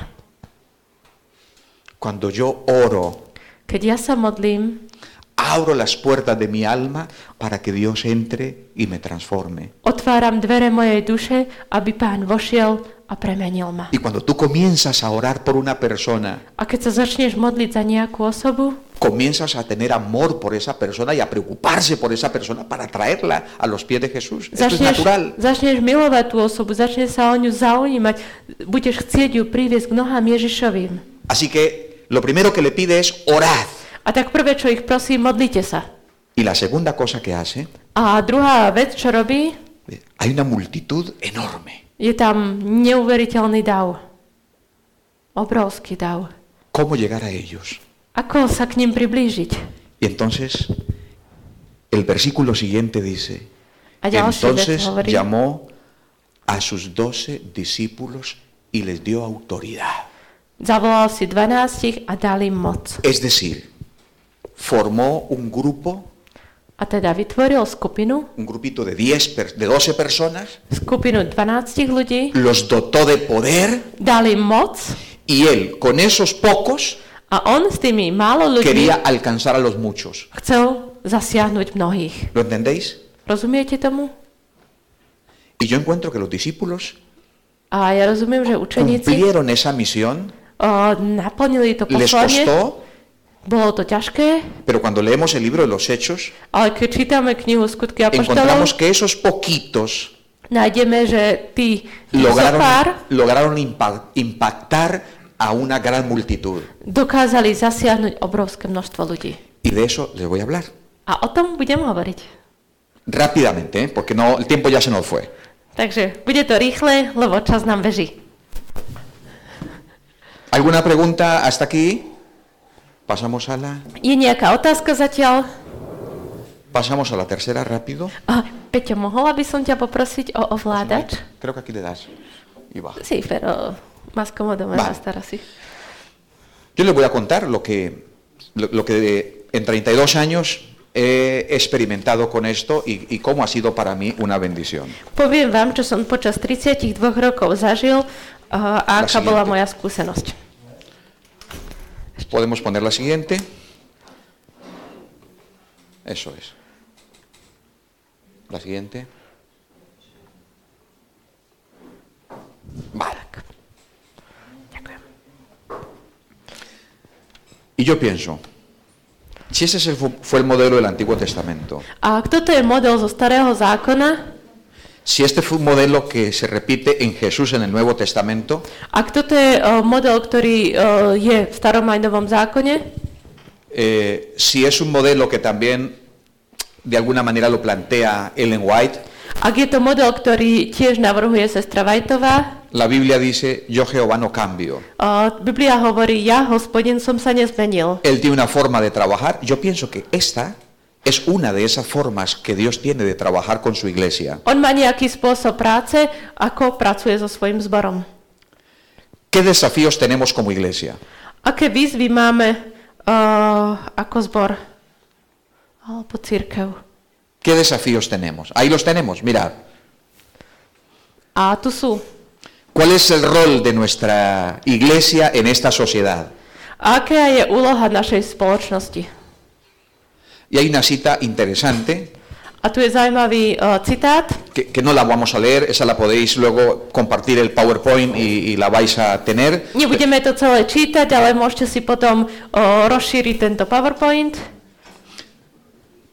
Speaker 1: Cuando yo oro,
Speaker 2: Keď ja sa modlím,
Speaker 1: abro las puertas de mi alma para que Dios entre y me transforme.
Speaker 2: otváram dvere mojej duše, aby pán vošiel a premenil ma.
Speaker 1: Y cuando tú comienzas a orar por una persona,
Speaker 2: A keď sa začneš modliť za nejakú osobu,
Speaker 1: comienzas a tener amor por esa persona y a preocuparse por esa persona para traerla a los pies de Jesús. Esto es
Speaker 2: začneš,
Speaker 1: natural.
Speaker 2: začneš milovať tú osobu, začneš sa o ňu zaujímať, budeš chcieť ju priviesť k nohám Ježišovým.
Speaker 1: Así que lo primero que le pide es orad.
Speaker 2: A tak prvé, čo ich prosí, modlite sa.
Speaker 1: Y la segunda cosa que hace, eh,
Speaker 2: A druhá vec, čo robí,
Speaker 1: hay una multitud enorme.
Speaker 2: je tam neuveriteľný dav. Obrovský dav.
Speaker 1: ¿Cómo llegar a ellos?
Speaker 2: Ako sa k ním priblížiť?
Speaker 1: Y entonces, el versículo siguiente dice,
Speaker 2: A ďalší vec
Speaker 1: entonces
Speaker 2: hovorí,
Speaker 1: llamó a sus doce discípulos y les dio autoridad.
Speaker 2: zavolal si 12 a dal im moc.
Speaker 1: Es decir, formó un grupo,
Speaker 2: A teda vytvoril skupinu,
Speaker 1: un grupito de, 10, per- de 12 personas,
Speaker 2: skupinu 12 ľudí,
Speaker 1: los dotó de poder
Speaker 2: dal im moc
Speaker 1: y él, con esos pocos,
Speaker 2: a on s tými málo ľudí
Speaker 1: quería alcanzar a los muchos.
Speaker 2: chcel zasiahnuť mnohých.
Speaker 1: ¿Lo entendéis?
Speaker 2: Rozumiete tomu?
Speaker 1: Y yo encuentro que los discípulos
Speaker 2: A ja rozumiem, že učeníci
Speaker 1: cumplieron Pues esa misión,
Speaker 2: o, naplnili to
Speaker 1: les
Speaker 2: poslanie.
Speaker 1: costó,
Speaker 2: Bolo to ťažké,
Speaker 1: pero cuando leemos el libro de los Hechos,
Speaker 2: ale keď čítame knihu Skutky
Speaker 1: encontramos
Speaker 2: apoštolov,
Speaker 1: que esos poquitos
Speaker 2: nájdeme, že tí
Speaker 1: lograron,
Speaker 2: zopár
Speaker 1: lograron impa- impactar a una gran multitud.
Speaker 2: dokázali zasiahnuť obrovské množstvo ľudí.
Speaker 1: Y de eso les voy a hablar
Speaker 2: A o tom budem hovoriť.
Speaker 1: rápidamente, ¿eh? porque no, el tiempo ya se nos fue.
Speaker 2: Takže bude to rýchle, lebo čas nám beží.
Speaker 1: ¿Alguna pregunta hasta aquí? Pasamos a la,
Speaker 2: Je nejaká otázka zatiaľ?
Speaker 1: pasamos a la tercera rápido.
Speaker 2: A, Peťo, mohla by som ťa poprosiť o ovládač?
Speaker 1: Creo que aquí le das. Y baja.
Speaker 2: Sí, pero más cómodo me
Speaker 1: Vale.
Speaker 2: vas a estar así.
Speaker 1: Yo les voy a contar lo que, lo, lo que en 32 años he experimentado con esto y- y cómo ha sido para mí una bendición.
Speaker 2: Poviem vám, čo som počas 32 rokov zažil eh, a
Speaker 1: Vaši
Speaker 2: aká bola
Speaker 1: klienti.
Speaker 2: moja skúsenosť.
Speaker 1: Podemos poner la siguiente. Eso es. La siguiente. Vale.
Speaker 2: Ďakujem.
Speaker 1: Y yo pienso, si ese se fu- fue el modelo del Antiguo Testamento,
Speaker 2: A toto je model zo starého zákona,
Speaker 1: si este fue un modelo que se repite en Jesús en el Nuevo Testamento,
Speaker 2: ak toto je eh, model, ktorý eh, je v starom aj novom zákone,
Speaker 1: eh, si es un modelo que también de alguna manera lo plantea Ellen White,
Speaker 2: ak je to model, ktorý tiež navrhuje sestra Vajtová, e,
Speaker 1: la Biblia dice, yo Jehová no cambio.
Speaker 2: eh, Biblia hovorí, ja, hospodin, som sa nezmenil.
Speaker 1: Él tiene una forma de trabajar. Yo pienso que esta es una de esas formas que Dios tiene de trabajar con su iglesia.
Speaker 2: On má nejaký spôsob práce, ako pracuje so svojím zborom.
Speaker 1: ¿Qué desafíos tenemos como iglesia?
Speaker 2: Aké výzvy máme eh, ako zbor alebo církev?
Speaker 1: ¿Qué desafíos tenemos? Ahí los tenemos, mirad.
Speaker 2: A tu sú.
Speaker 1: ¿Cuál es el rol de nuestra iglesia en esta sociedad?
Speaker 2: Aká je úloha našej spoločnosti?
Speaker 1: Y hay una cita interesante
Speaker 2: A A tu je zaujímavý eh, citát,
Speaker 1: que, que no la vamos a leer, esa la podéis luego compartir el PowerPoint y, y la vais a tener.
Speaker 2: Nebudeme to celé čítať, ale môžete si potom o, rozšíriť tento PowerPoint.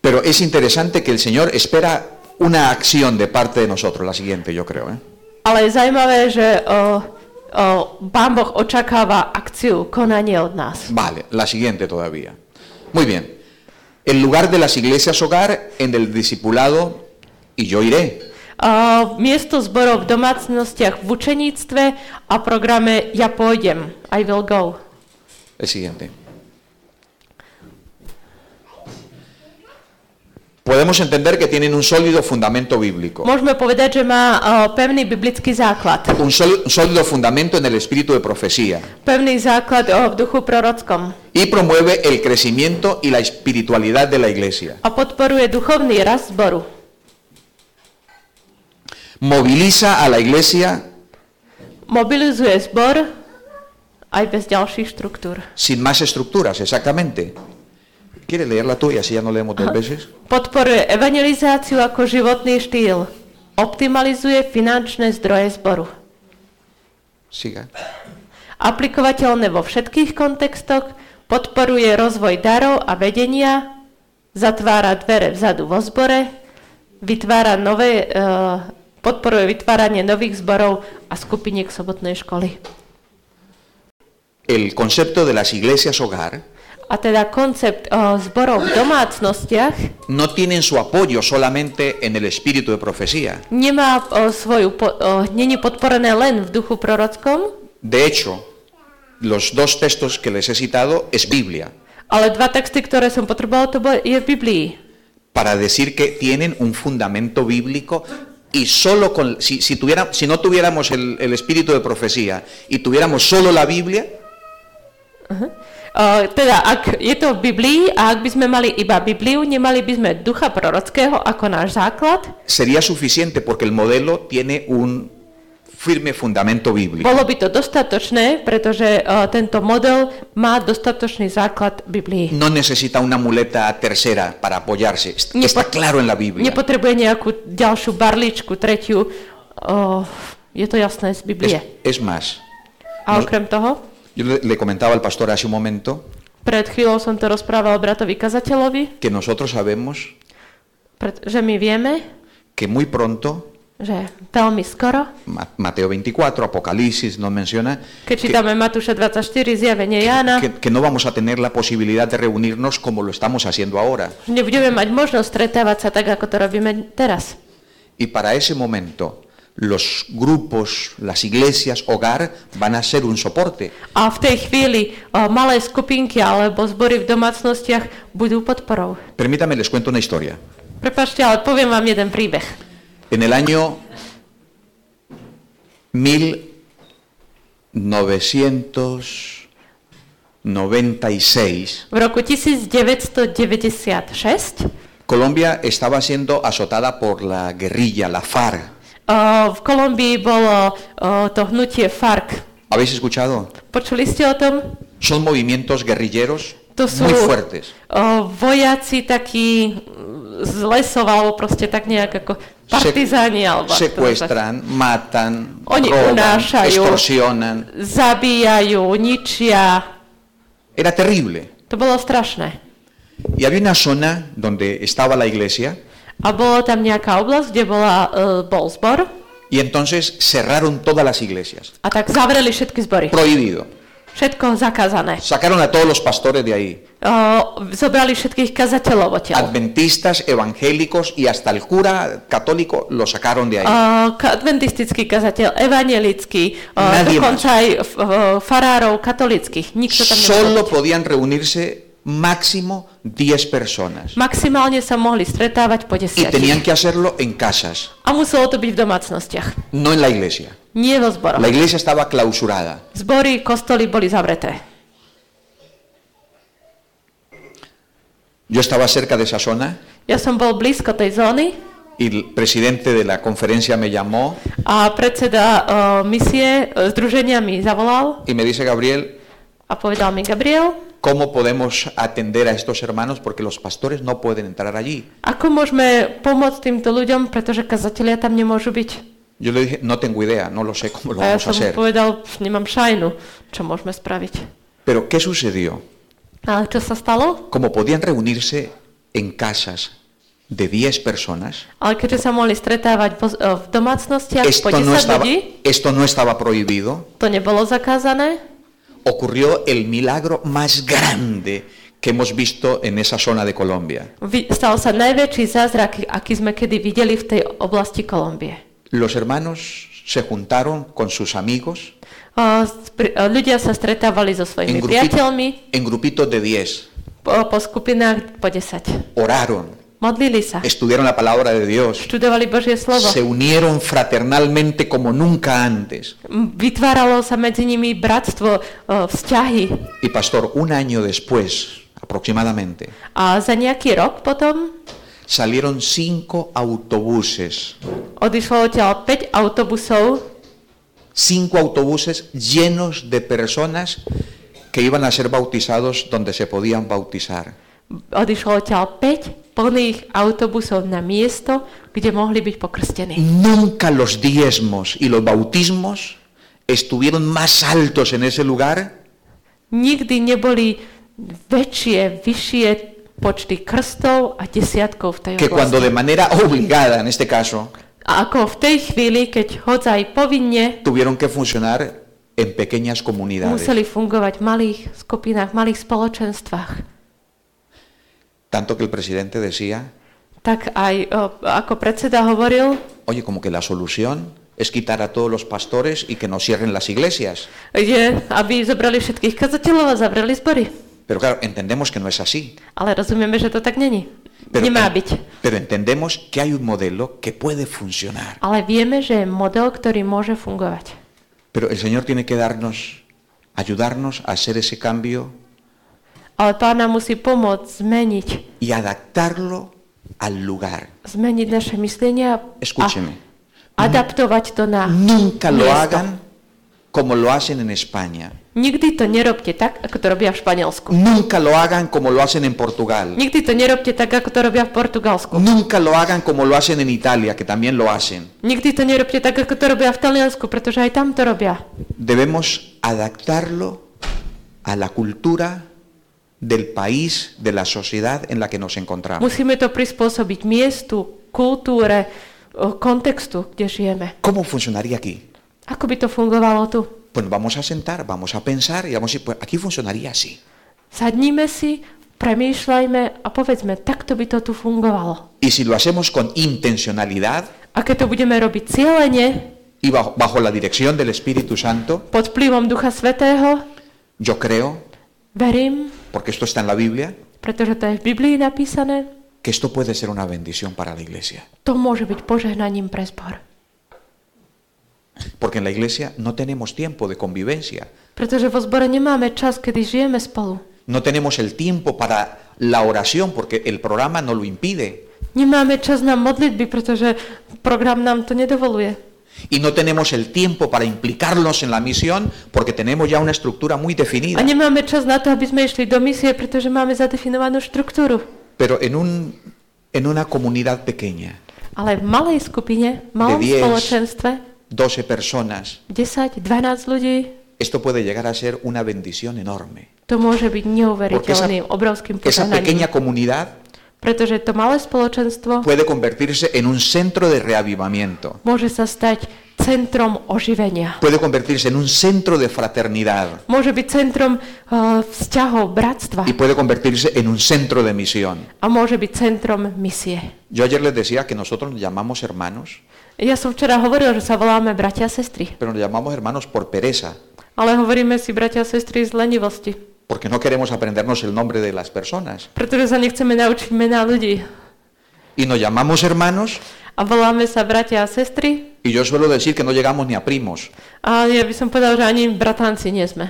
Speaker 1: Pero es interesante que el Señor espera una acción de parte de nosotros, la siguiente, yo creo. ¿eh?
Speaker 2: Ale je zaujímavé, že o, o, Pán Boh očakáva akciu, konanie od nás. E,
Speaker 1: Vale, la siguiente todavía. Muy bien. El lugar de las iglesias hogar en el discipulado y yo iré.
Speaker 2: O, miesto zborov v domácnostiach v učeníctve a programe Ja pôjdem, I will go.
Speaker 1: El siguiente. Podemos entender que tienen un sólido fundamento bíblico.
Speaker 2: Môžeme povedať, že má o, pevný biblický základ.
Speaker 1: un, sol- un sólido fundamento en el espíritu de profecía
Speaker 2: Pevný základ o, v duchu prorockom.
Speaker 1: y promueve el crecimiento y la espiritualidad de la iglesia.
Speaker 2: A podporuje duchovný rast zboru.
Speaker 1: Moviliza a la iglesia
Speaker 2: Mobilizuje zbor aj bez ďalších štruktúr.
Speaker 1: sin más estructuras, exactamente. ¿Quieres leerla tú y así ya no leemos dos veces?
Speaker 2: Podporuje evangelizáciu ako životný štýl. Optimalizuje finančné zdroje zboru.
Speaker 1: Siga.
Speaker 2: Aplikovateľné vo všetkých kontextoch. Podporuje rozvoj darov a vedenia. Zatvára dvere vzadu vo zbore. Vytvára nové, e, podporuje vytváranie nových zborov a skupiniek sobotnej školy.
Speaker 1: El concepto de las iglesias hogar
Speaker 2: A teda koncept o, zborov v domácnostiach
Speaker 1: no tienen su apoyo solamente en el espíritu de profecía.
Speaker 2: nemá o, svoju, po, o, není podporené len v duchu prorockom,
Speaker 1: De hecho, los dos textos que les he citado es Biblia,
Speaker 2: ale dva texty, ktoré som potrebovala, to bol, je v Biblii.
Speaker 1: para decir que tienen un fundamento bíblico y solo con si, si tuviera- si no tuviéramos el, el espíritu de profecía y tuviéramos solo la Biblia,
Speaker 2: O, teda, ak je to v Biblii a ak by sme mali iba Bibliu, nemali by sme ducha prorockého ako náš základ,
Speaker 1: sería suficiente porque el modelo tiene un firme fundamento bíblico.
Speaker 2: bolo by to dostatočné, pretože o, tento model má dostatočný základ Biblii.
Speaker 1: No necesita una muleta tercera para apoyarse. Est-
Speaker 2: Ni
Speaker 1: Está
Speaker 2: pot-
Speaker 1: claro en la Biblia.
Speaker 2: Nepotrebuje nejakú ďalšiu barličku, tretiu. O, je to jasné z Biblie.
Speaker 1: Es, es más,
Speaker 2: A okrem toho,
Speaker 1: yo le, le comentaba al pastor hace un momento
Speaker 2: pred chvíľou som to rozprával bratovi kazateľovi,
Speaker 1: que nosotros sabemos
Speaker 2: pred- že my vieme,
Speaker 1: que muy pronto,
Speaker 2: že veľmi skoro,
Speaker 1: Ma- Mateo 24, Apocalipsis nos menciona,
Speaker 2: keď čítame Matúša 24, zjavenie Jána,
Speaker 1: que, que no vamos a tener la posibilidad de reunirnos como lo estamos haciendo ahora.
Speaker 2: že nebudeme mať možnosť stretávať sa tak, ako to robíme teraz.
Speaker 1: Y para ese momento, los grupos, las iglesias, hogar, van a ser un soporte.
Speaker 2: A v tej chvíli o, malé skupinky alebo zbory v domácnostiach budú podporou.
Speaker 1: Permítame, les cuento una historia.
Speaker 2: Prepačte, ale poviem vám jeden príbeh.
Speaker 1: En el año 1996,
Speaker 2: V roku 1996
Speaker 1: Colombia estaba siendo azotada por la guerrilla, la FARC.
Speaker 2: o, v Kolumbii bolo o, to hnutie FARC.
Speaker 1: ¿Habéis escuchado?
Speaker 2: Počuli ste o tom?
Speaker 1: Son movimientos guerrilleros
Speaker 2: To sú
Speaker 1: muy fuertes.
Speaker 2: o, vojaci takí mm, z lesov, alebo proste tak nejak ako partizáni, alebo ako to nazvať.
Speaker 1: Secuestran, matan,
Speaker 2: Oye,
Speaker 1: roban,
Speaker 2: una saya-
Speaker 1: extorsionan.
Speaker 2: zabíjajú, ničia.
Speaker 1: Era terrible.
Speaker 2: To bolo strašné.
Speaker 1: Y había una zona donde estaba la iglesia
Speaker 2: A bolo tam nejaká oblasť, kde bola, e, bol zbor
Speaker 1: y entonces cerraron todas las iglesias.
Speaker 2: a tak zavreli všetky zbory.
Speaker 1: Prohibido.
Speaker 2: Všetko zakázané.
Speaker 1: Sacaron a todos los pastores de ahí.
Speaker 2: O, zobrali všetkých kazateľov odtiaľ.
Speaker 1: Adventistas, evangélicos y hasta el cura católico lo sacaron de
Speaker 2: O,
Speaker 1: ahí.
Speaker 2: ka- adventistický kazateľ, evangelický, o,
Speaker 1: Nadie
Speaker 2: dokonca aj f- o, farárov katolických. Nikto tam nebol.
Speaker 1: Solo podían reunirse máximo 10 personas.
Speaker 2: Maximálne sa mohli stretávať po
Speaker 1: Y tenían
Speaker 2: desiatich.
Speaker 1: que hacerlo en casas,
Speaker 2: A muselo to byť v domácnostiach.
Speaker 1: no en la iglesia.
Speaker 2: Nie vo
Speaker 1: La
Speaker 2: zboroch.
Speaker 1: iglesia estaba clausurada.
Speaker 2: Zbory, kostoly boli zavreté.
Speaker 1: Yo estaba cerca de esa zona
Speaker 2: Ja som bol blízko tej zóny
Speaker 1: y el presidente de la conferencia me llamó
Speaker 2: a predseda e, misie e, združenia mi zavolal
Speaker 1: y me dice, Gabriel,
Speaker 2: a povedal mi Gabriel,
Speaker 1: cómo podemos atender a estos hermanos porque los pastores no pueden entrar allí.
Speaker 2: Ako môžeme pomôcť týmto ľuďom, pretože kazatelia tam nemôžu byť?
Speaker 1: Yo le dije, no tengo idea, no lo sé cómo lo
Speaker 2: A ja
Speaker 1: vamos a
Speaker 2: som
Speaker 1: hacer.
Speaker 2: povedal, "Pf, nemám šajnu, čo môžeme spraviť.
Speaker 1: Pero ¿qué sucedió?
Speaker 2: Ale čo sa stalo?
Speaker 1: Como podían reunirse en casas de 10 personas,
Speaker 2: Ale keďže sa mohli stretávať vo- e, v domácnostiach po
Speaker 1: esto no
Speaker 2: 10
Speaker 1: estaba,
Speaker 2: ľudí,
Speaker 1: esto no estaba prohibido,
Speaker 2: to nebolo zakázané.
Speaker 1: ocurrió el milagro más grande que hemos visto en esa zona de Colombia.
Speaker 2: Vy- Stal sa najväčší zázrak, aký sme kedy videli v tej oblasti Kolumbie.
Speaker 1: Los hermanos se juntaron con sus amigos
Speaker 2: O, s- pri- o, Ľudia sa stretávali so
Speaker 1: en,
Speaker 2: svojimi
Speaker 1: grupito-
Speaker 2: priateľmi
Speaker 1: en grupitos de 10,
Speaker 2: po, po skupinách po 10.
Speaker 1: oraron,
Speaker 2: Modlili sa,
Speaker 1: estudiaron la palabra de Dios,
Speaker 2: študovali Božie slovo.
Speaker 1: se unieron fraternalmente como nunca antes.
Speaker 2: M, Vytváralo sa medzi nimi bratstvo, o, vzťahy.
Speaker 1: Y pastor, un año después aproximadamente,
Speaker 2: A za nejaký rok potom
Speaker 1: salieron cinco autobuses,
Speaker 2: odišlo odtiaľ 5 autobusov,
Speaker 1: cinco autobuses llenos de personas que iban a ser bautizados donde se podían bautizar.
Speaker 2: odišlo odtiaľ 5 plných autobusov na miesto, kde mohli byť pokrstení.
Speaker 1: Nunca los diezmos y los bautismos estuvieron más altos en ese lugar
Speaker 2: Nikdy neboli väčšie, vyššie počty krstov a desiatkov v tej
Speaker 1: que cuando de
Speaker 2: oblasti.
Speaker 1: manera obligada, en este caso,
Speaker 2: A ako v tej chvíli, keď hodzaj povinne
Speaker 1: tuvieron que funcionar en pequeñas comunidades.
Speaker 2: museli fungovať v malých skupinách, v malých spoločenstvách.
Speaker 1: Tanto que el presidente decía,
Speaker 2: Tak aj o, ako predseda hovoril,
Speaker 1: oye, como que la solución es quitar a todos los pastores y que no cierren las iglesias.
Speaker 2: je, aby zobrali všetkých kazateľov a zavreli zbory.
Speaker 1: Pero claro, entendemos que no es así.
Speaker 2: Ale rozumieme, že to tak není.
Speaker 1: Pero,
Speaker 2: Nemá byť.
Speaker 1: pero entendemos que hay un modelo que puede funcionar.
Speaker 2: Ale vieme, že je model, ktorý môže fungovať.
Speaker 1: Pero el Señor tiene que darnos, ayudarnos a hacer ese cambio
Speaker 2: Ale pán nám musí pomôcť zmeniť,
Speaker 1: y adaptarlo al lugar.
Speaker 2: zmeniť naše myslenie a, a
Speaker 1: Escúcheme,
Speaker 2: adaptovať to na
Speaker 1: nunca lo
Speaker 2: miesto.
Speaker 1: hagan como lo hacen en España.
Speaker 2: Nikdy to nerobte tak, ako to robia v Španielsku.
Speaker 1: Nunca lo hagan como lo hacen en Portugal.
Speaker 2: Nikdy to nerobte tak, ako to robia v Portugalsku.
Speaker 1: Nunca lo hagan como lo hacen en Italia, que también lo hacen.
Speaker 2: Nikdy to nerobte tak, ako to robia v Taliansku, pretože aj tam to robia.
Speaker 1: Debemos adaptarlo a la cultura del país, de la sociedad en la que nos encontramos.
Speaker 2: Musíme to prispôsobiť miestu, kultúre, o, kontextu, kde žijeme.
Speaker 1: ¿Cómo funcionaría aquí?
Speaker 2: Ako by to fungovalo tu?
Speaker 1: Pues vamos a sentar, vamos a pensar y vamos a decir, pues aquí funcionaría así.
Speaker 2: Sadníme si, premýšľajme a povedzme, takto by to tu fungovalo.
Speaker 1: Y si lo hacemos con intencionalidad
Speaker 2: A keď to budeme robiť cieľene,
Speaker 1: y bajo, bajo la dirección del Espíritu Santo,
Speaker 2: pod vplyvom Ducha Svetého,
Speaker 1: yo creo,
Speaker 2: verím,
Speaker 1: porque esto está en la Biblia,
Speaker 2: pretože to je v Biblii napísané,
Speaker 1: que esto puede ser una bendición para la iglesia.
Speaker 2: to môže byť požehnaním pre zbor.
Speaker 1: Porque en la iglesia no tenemos tiempo de convivencia,
Speaker 2: Pretože vo zbore nemáme čas, kedy žijeme spolu.
Speaker 1: no tenemos el tiempo para la oración, porque el programa no lo impide,
Speaker 2: Nemáme čas na modlitby, pretože program nám to nedovoluje.
Speaker 1: y no tenemos el tiempo para implicarnos en la misión, porque tenemos ya una estructura muy
Speaker 2: A
Speaker 1: definida.
Speaker 2: nemáme čas na to, aby sme išli do misie, pretože máme zadefinovanú štruktúru.
Speaker 1: Pero en, un, en una comunidad pequeña,
Speaker 2: Ale v malej skupine, v malom
Speaker 1: Kde vieš?
Speaker 2: spoločenstve,
Speaker 1: 12 personas,
Speaker 2: 10, 12 ľudí,
Speaker 1: esto puede llegar a ser una bendición enorme.
Speaker 2: to môže byť
Speaker 1: Porque esa,
Speaker 2: neuveriteľným, obrovským
Speaker 1: esa pequeña
Speaker 2: požehnaním.
Speaker 1: comunidad
Speaker 2: Pretože to malé spoločenstvo
Speaker 1: puede convertirse en un centro de reavivamiento,
Speaker 2: môže sa stať centrom oživenia.
Speaker 1: puede convertirse en un centro de fraternidad
Speaker 2: Môže byť centrom uh, vzťahov, bratstva
Speaker 1: y puede convertirse en un centro de misión.
Speaker 2: a môže byť centrom misie.
Speaker 1: Yo ayer les decía que nosotros nos llamamos hermanos,
Speaker 2: Ja som včera hovoril, že sa voláme bratia a sestry.
Speaker 1: pero nos llamamos hermanos por pereza,
Speaker 2: Ale hovoríme si bratia a sestry z lenivosti.
Speaker 1: porque no queremos aprendernos el nombre de las personas.
Speaker 2: Pretože sa nechceme naučiť mená ľudí.
Speaker 1: Y nos llamamos hermanos
Speaker 2: A voláme sa bratia a sestry.
Speaker 1: y yo suelo decir que no llegamos ni a primos,
Speaker 2: A ja by som povedal, že ani bratanci nie sme.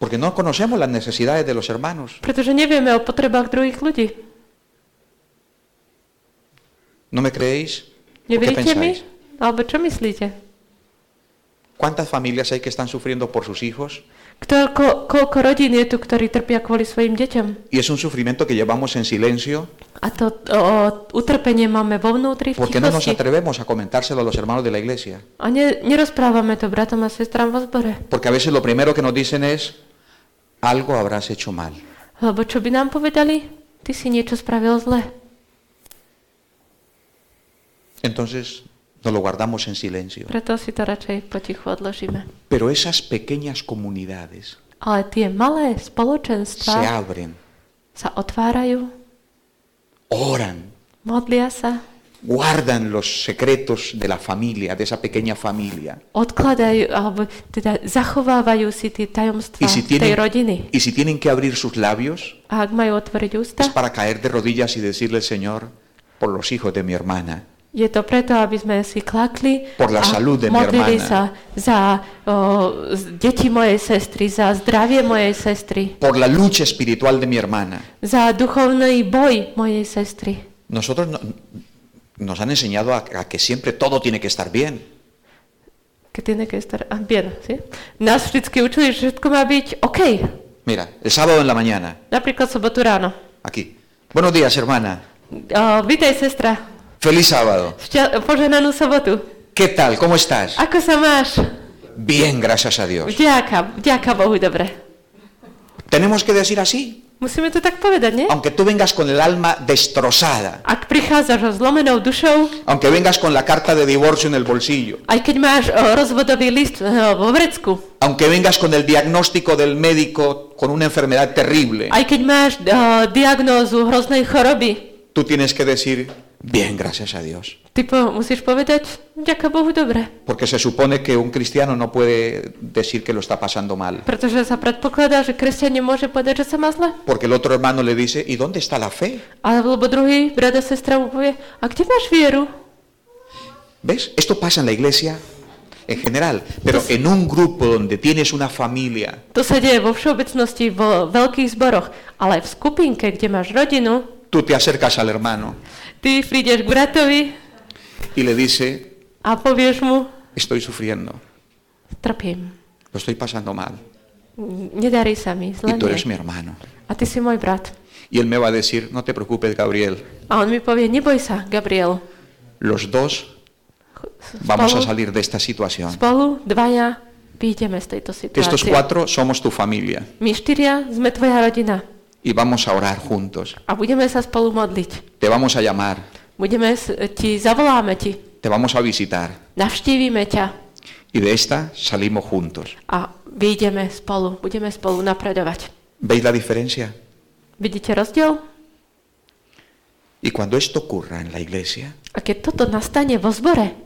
Speaker 1: porque no conocemos las necesidades de los hermanos.
Speaker 2: Pretože nevieme o potrebách druhých ľudí.
Speaker 1: ¿No me creéis? ¿O ¿Qué
Speaker 2: Neveríte mi?
Speaker 1: pensáis?
Speaker 2: Alebo čo myslíte?
Speaker 1: ¿Cuántas familias hay que están sufriendo por sus hijos
Speaker 2: Kto, ko, koľko rodín je tu, ktorí trpia kvôli svojim deťom?
Speaker 1: Y es un sufrimiento que llevamos en silencio
Speaker 2: A to o, utrpenie máme vo vnútri, v
Speaker 1: porque no nos
Speaker 2: tichosti.
Speaker 1: atrevemos a comentárselo a los hermanos de la iglesia.
Speaker 2: A ne, nerozprávame to bratom a sestram vo zbore.
Speaker 1: Porque a veces lo primero que nos dicen es, algo habrás hecho mal.
Speaker 2: Lebo čo by nám povedali? Ty si niečo spravil zle.
Speaker 1: Entonces nos lo guardamos en silencio.
Speaker 2: Preto si to radšej potichu odložíme.
Speaker 1: Pero esas pequeñas comunidades
Speaker 2: Ale tie malé
Speaker 1: se
Speaker 2: spoločenstva
Speaker 1: abren,
Speaker 2: sa otvárajú,
Speaker 1: oran,
Speaker 2: modlia sa,
Speaker 1: guardan los secretos de la familia, de esa pequeña familia.
Speaker 2: odkladajú, alebo teda zachovávajú si tie tajomstvá
Speaker 1: Y si
Speaker 2: tej
Speaker 1: tienen,
Speaker 2: rodiny.
Speaker 1: y si tienen que abrir sus labios,
Speaker 2: A ak majú otvoriť ústa,
Speaker 1: es para caer de rodillas y decirle, Señor, por los hijos de mi hermana,
Speaker 2: je to preto, aby sme si klakli
Speaker 1: Por la
Speaker 2: a
Speaker 1: salud de mi
Speaker 2: modlili
Speaker 1: hermana.
Speaker 2: sa za o, z- deti mojej sestry, za zdravie mojej sestry,
Speaker 1: por la lucha espiritual de mi hermana.
Speaker 2: za duchovný boj mojej sestry.
Speaker 1: Nosotros no- nos han enseñado a, a que siempre todo tiene que estar bien.
Speaker 2: Que tiene que estar ah, bien, ¿sí? Nás vždycky učili, že všetko má byť OK.
Speaker 1: Mira, el sábado en la mañana,
Speaker 2: Napríklad sobotu ráno.
Speaker 1: aquí. Buenos días, hermana.
Speaker 2: Uh, vítaj, sestra.
Speaker 1: Feliz sábado.
Speaker 2: Šťa- požehnanú sobotu.
Speaker 1: ¿Qué tal? ¿Cómo estás?
Speaker 2: Ako sa máš?
Speaker 1: Bien, gracias a Dios.
Speaker 2: Vďaka, vďaka Bohu, dobre.
Speaker 1: Tenemos que decir así,
Speaker 2: Musíme to tak povedať, nie?
Speaker 1: aunque tú vengas con el alma destrozada,
Speaker 2: Ak prichádzaš so zlomenou dušou,
Speaker 1: aunque vengas con la carta de divorcio en el bolsillo,
Speaker 2: aj keď máš o, rozvodový list e, vo vrecku,
Speaker 1: aunque vengas con el diagnóstico del médico con una enfermedad terrible,
Speaker 2: aj keď máš o, diagnózu hroznej choroby,
Speaker 1: tú tienes que decir, bien, gracias a Dios.
Speaker 2: ty po, musíš povedať, vďaka Bohu, dobre.
Speaker 1: Porque se supone que un cristiano no puede decir que lo está pasando mal.
Speaker 2: Pretože sa predpokladá, že kresťan nemôže povedať, že sa má zle.
Speaker 1: Porque el otro hermano le dice, ¿y dónde está la fe?
Speaker 2: Alebo druhý brat a sestra mu povie, a kde máš vieru?
Speaker 1: ¿Ves? Esto pasa en la iglesia en general, pero en un grupo donde tienes una familia,
Speaker 2: To sa deje vo všeobecnosti vo veľkých zboroch, ale v skupinke, kde máš rodinu,
Speaker 1: tú te acercas al hermano
Speaker 2: ty prídeš k bratovi
Speaker 1: y le dice,
Speaker 2: a povieš mu,
Speaker 1: estoy sufriendo,
Speaker 2: trpím,
Speaker 1: lo estoy pasando mal,
Speaker 2: nedarí sa mi,
Speaker 1: y
Speaker 2: zle
Speaker 1: tú
Speaker 2: mi
Speaker 1: eres
Speaker 2: je.
Speaker 1: mi hermano.
Speaker 2: A ty si môj brat.
Speaker 1: Y él me va a decir, no te preocupes, Gabriel,
Speaker 2: A on mi povie, neboj sa, Gabriel.
Speaker 1: los dos vamos a salir de esta situación.
Speaker 2: spolu dvaja vyjdeme z tejto
Speaker 1: Estos
Speaker 2: situácie.
Speaker 1: cuatro somos tu familia
Speaker 2: My štyria sme tvoja rodina
Speaker 1: y vamos a orar juntos.
Speaker 2: a budeme sa spolu modliť.
Speaker 1: Te vamos a llamar,
Speaker 2: Budeme s- ti, zavoláme ti,
Speaker 1: te vamos a visitar
Speaker 2: navštívime ťa
Speaker 1: y de esta salimos juntos.
Speaker 2: a vyjdeme spolu, budeme spolu napredovať.
Speaker 1: ¿Veis la diferencia?
Speaker 2: Vidíte rozdiel?
Speaker 1: Y cuando esto ocurra en la iglesia,
Speaker 2: A keď toto nastane vo zbore,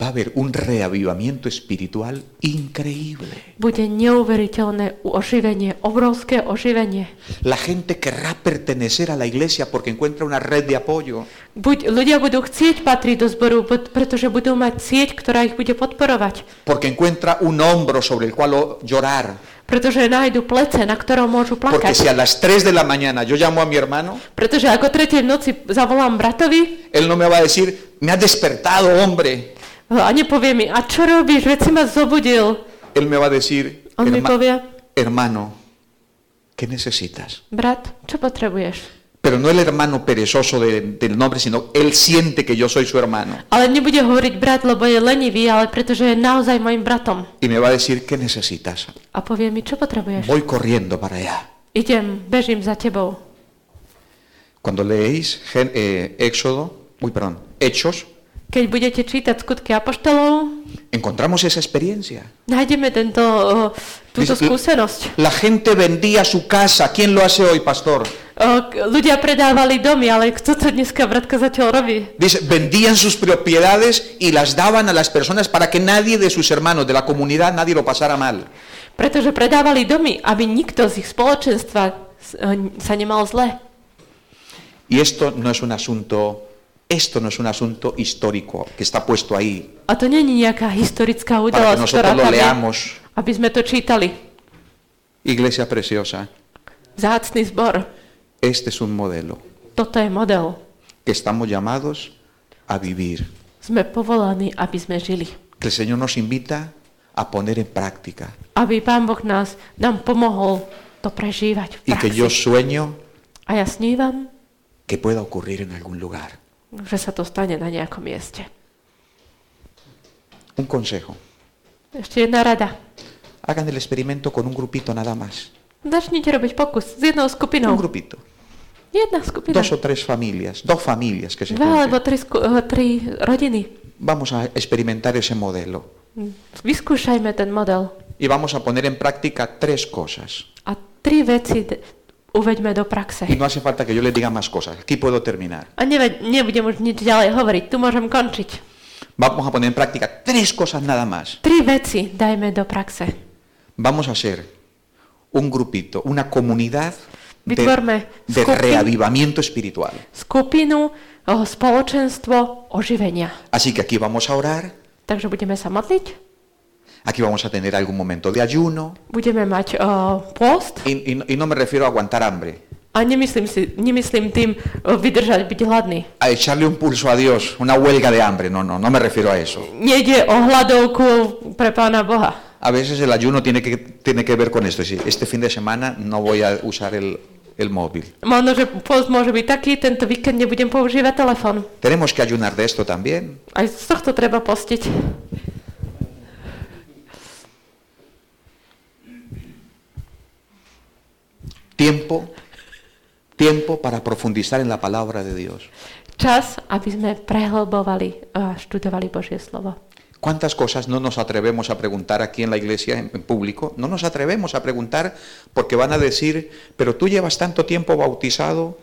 Speaker 1: va a haber un reavivamiento espiritual increíble.
Speaker 2: bude neuveriteľné oživenie, obrovské oživenie.
Speaker 1: La gente querrá pertenecer a la iglesia porque encuentra una red de apoyo.
Speaker 2: Buď, ľudia budú chcieť patriť do zboru, bud- pretože budú mať sieť, ktorá ich bude podporovať.
Speaker 1: porque encuentra un hombro sobre el cual o- llorar.
Speaker 2: Pretože nájdu plece, na ktorom môžu
Speaker 1: Porque si
Speaker 2: plakať.
Speaker 1: a las 3 de la mañana yo llamo a mi hermano,
Speaker 2: Pretože ako tretej v noci zavolám bratovi
Speaker 1: él no me va a decir, me has despertado, hombre.
Speaker 2: a nepovie mi, a čo robíš, veď si ma zobudil.
Speaker 1: Él me va a decir,
Speaker 2: On mi
Speaker 1: "Herma-
Speaker 2: povie,
Speaker 1: hermano, ¿qué necesitas?
Speaker 2: brat, čo potrebuješ?
Speaker 1: Pero no el hermano perezoso de- del nombre, sino él siente que yo soy su hermano.
Speaker 2: Ale nebude hovoriť brat, lebo je lenivý, ale pretože je naozaj mojim bratom.
Speaker 1: Y me va a decir, ¿qué necesitas?
Speaker 2: A povie mi, čo potrebuješ?
Speaker 1: Voy corriendo para allá.
Speaker 2: Idem, bežím za tebou.
Speaker 1: Cuando leéis Gen- eh, Éxodo, uy, perdón, Hechos,
Speaker 2: Keď budete čítať skutky apoštolov,
Speaker 1: encontramos esa experiencia.
Speaker 2: nájdeme tento, o, túto
Speaker 1: Dice-
Speaker 2: skúsenosť.
Speaker 1: La gente vendía su casa. ¿Quién lo hace hoy, pastor?
Speaker 2: O, k- ľudia predávali domy, ale kto to dneska bratka zatiaľ robí?
Speaker 1: Dice, vendían sus propiedades y las daban a las personas para que nadie de sus hermanos, de la comunidad, nadie lo pasara mal.
Speaker 2: Pretože predávali domy, aby nikto z ich spoločenstva s- e, sa nemal zle.
Speaker 1: Y esto no es un asunto, esto no es un asunto histórico que está puesto ahí
Speaker 2: A to není nejaká historická
Speaker 1: para que
Speaker 2: udalosť, ktorá
Speaker 1: nosotros lo
Speaker 2: tam je,
Speaker 1: leamos.
Speaker 2: aby sme to čítali.
Speaker 1: Iglesia preciosa,
Speaker 2: Zácný zbor.
Speaker 1: este es un modelo
Speaker 2: Toto je model.
Speaker 1: que estamos llamados a vivir.
Speaker 2: Sme povolaní, aby sme žili.
Speaker 1: Que el Señor nos invita a poner en práctica.
Speaker 2: aby Pán Boh nás, nám pomohol to prežívať
Speaker 1: Y
Speaker 2: v
Speaker 1: que
Speaker 2: praxi.
Speaker 1: yo sueño
Speaker 2: A ja snívam,
Speaker 1: que pueda ocurrir en algún lugar.
Speaker 2: že sa to stane na nejakom mieste.
Speaker 1: Un consejo.
Speaker 2: Ešte jedna rada.
Speaker 1: Hagan el experimento con un grupito nada más.
Speaker 2: Začnite robiť pokus s jednou
Speaker 1: Un
Speaker 2: skupinou.
Speaker 1: grupito.
Speaker 2: Jedna skupina.
Speaker 1: Dos o tres familias, dos familias que se
Speaker 2: Dva
Speaker 1: junten.
Speaker 2: alebo tri, sku- eh, tri rodiny.
Speaker 1: Vamos a experimentar ese modelo.
Speaker 2: Vyskúšajme ten model.
Speaker 1: Y vamos a poner en práctica tres cosas.
Speaker 2: A tri veci d- uveďme do praxe.
Speaker 1: Y no hace falta que yo les diga más cosas. Aquí puedo terminar.
Speaker 2: A neve, nebudem už nič ďalej hovoriť, tu môžem končiť.
Speaker 1: Vamos a poner en práctica tres cosas nada más.
Speaker 2: Tri veci dajme do praxe.
Speaker 1: Vamos a ser un grupito, una comunidad de,
Speaker 2: Vytvorme
Speaker 1: de
Speaker 2: skupin-
Speaker 1: reavivamiento espiritual.
Speaker 2: Skupinu, o, spoločenstvo, oživenia.
Speaker 1: Así que aquí vamos a orar,
Speaker 2: Takže budeme sa modliť,
Speaker 1: aquí vamos a tener algún momento de ayuno.
Speaker 2: budeme mať eh, o, post
Speaker 1: Y, y no- y no me refiero a aguantar hambre,
Speaker 2: a nemyslím, si, nemyslím tým o, vydržať byť hladný.
Speaker 1: a echarle un pulso a Dios, una huelga de hambre. No, no, no me refiero a eso.
Speaker 2: Nejde o hladovku pre pána Boha.
Speaker 1: A veces el ayuno tiene que, tiene que ver con esto. Si este fin de semana no voy a usar el, el móvil.
Speaker 2: Možno, že post môže byť taký, tento víkend nebudem používať telefón.
Speaker 1: Tenemos que ayunar de esto también.
Speaker 2: Aj z tohto treba postiť.
Speaker 1: Tiempo, tiempo para profundizar en la palabra de Dios.
Speaker 2: Čas, aby sme prehlbovali a študovali Božie slovo.
Speaker 1: ¿Cuántas cosas no nos atrevemos a preguntar aquí en la iglesia, en, en público? No nos atrevemos a preguntar porque van a decir, pero tú llevas tanto tiempo bautizado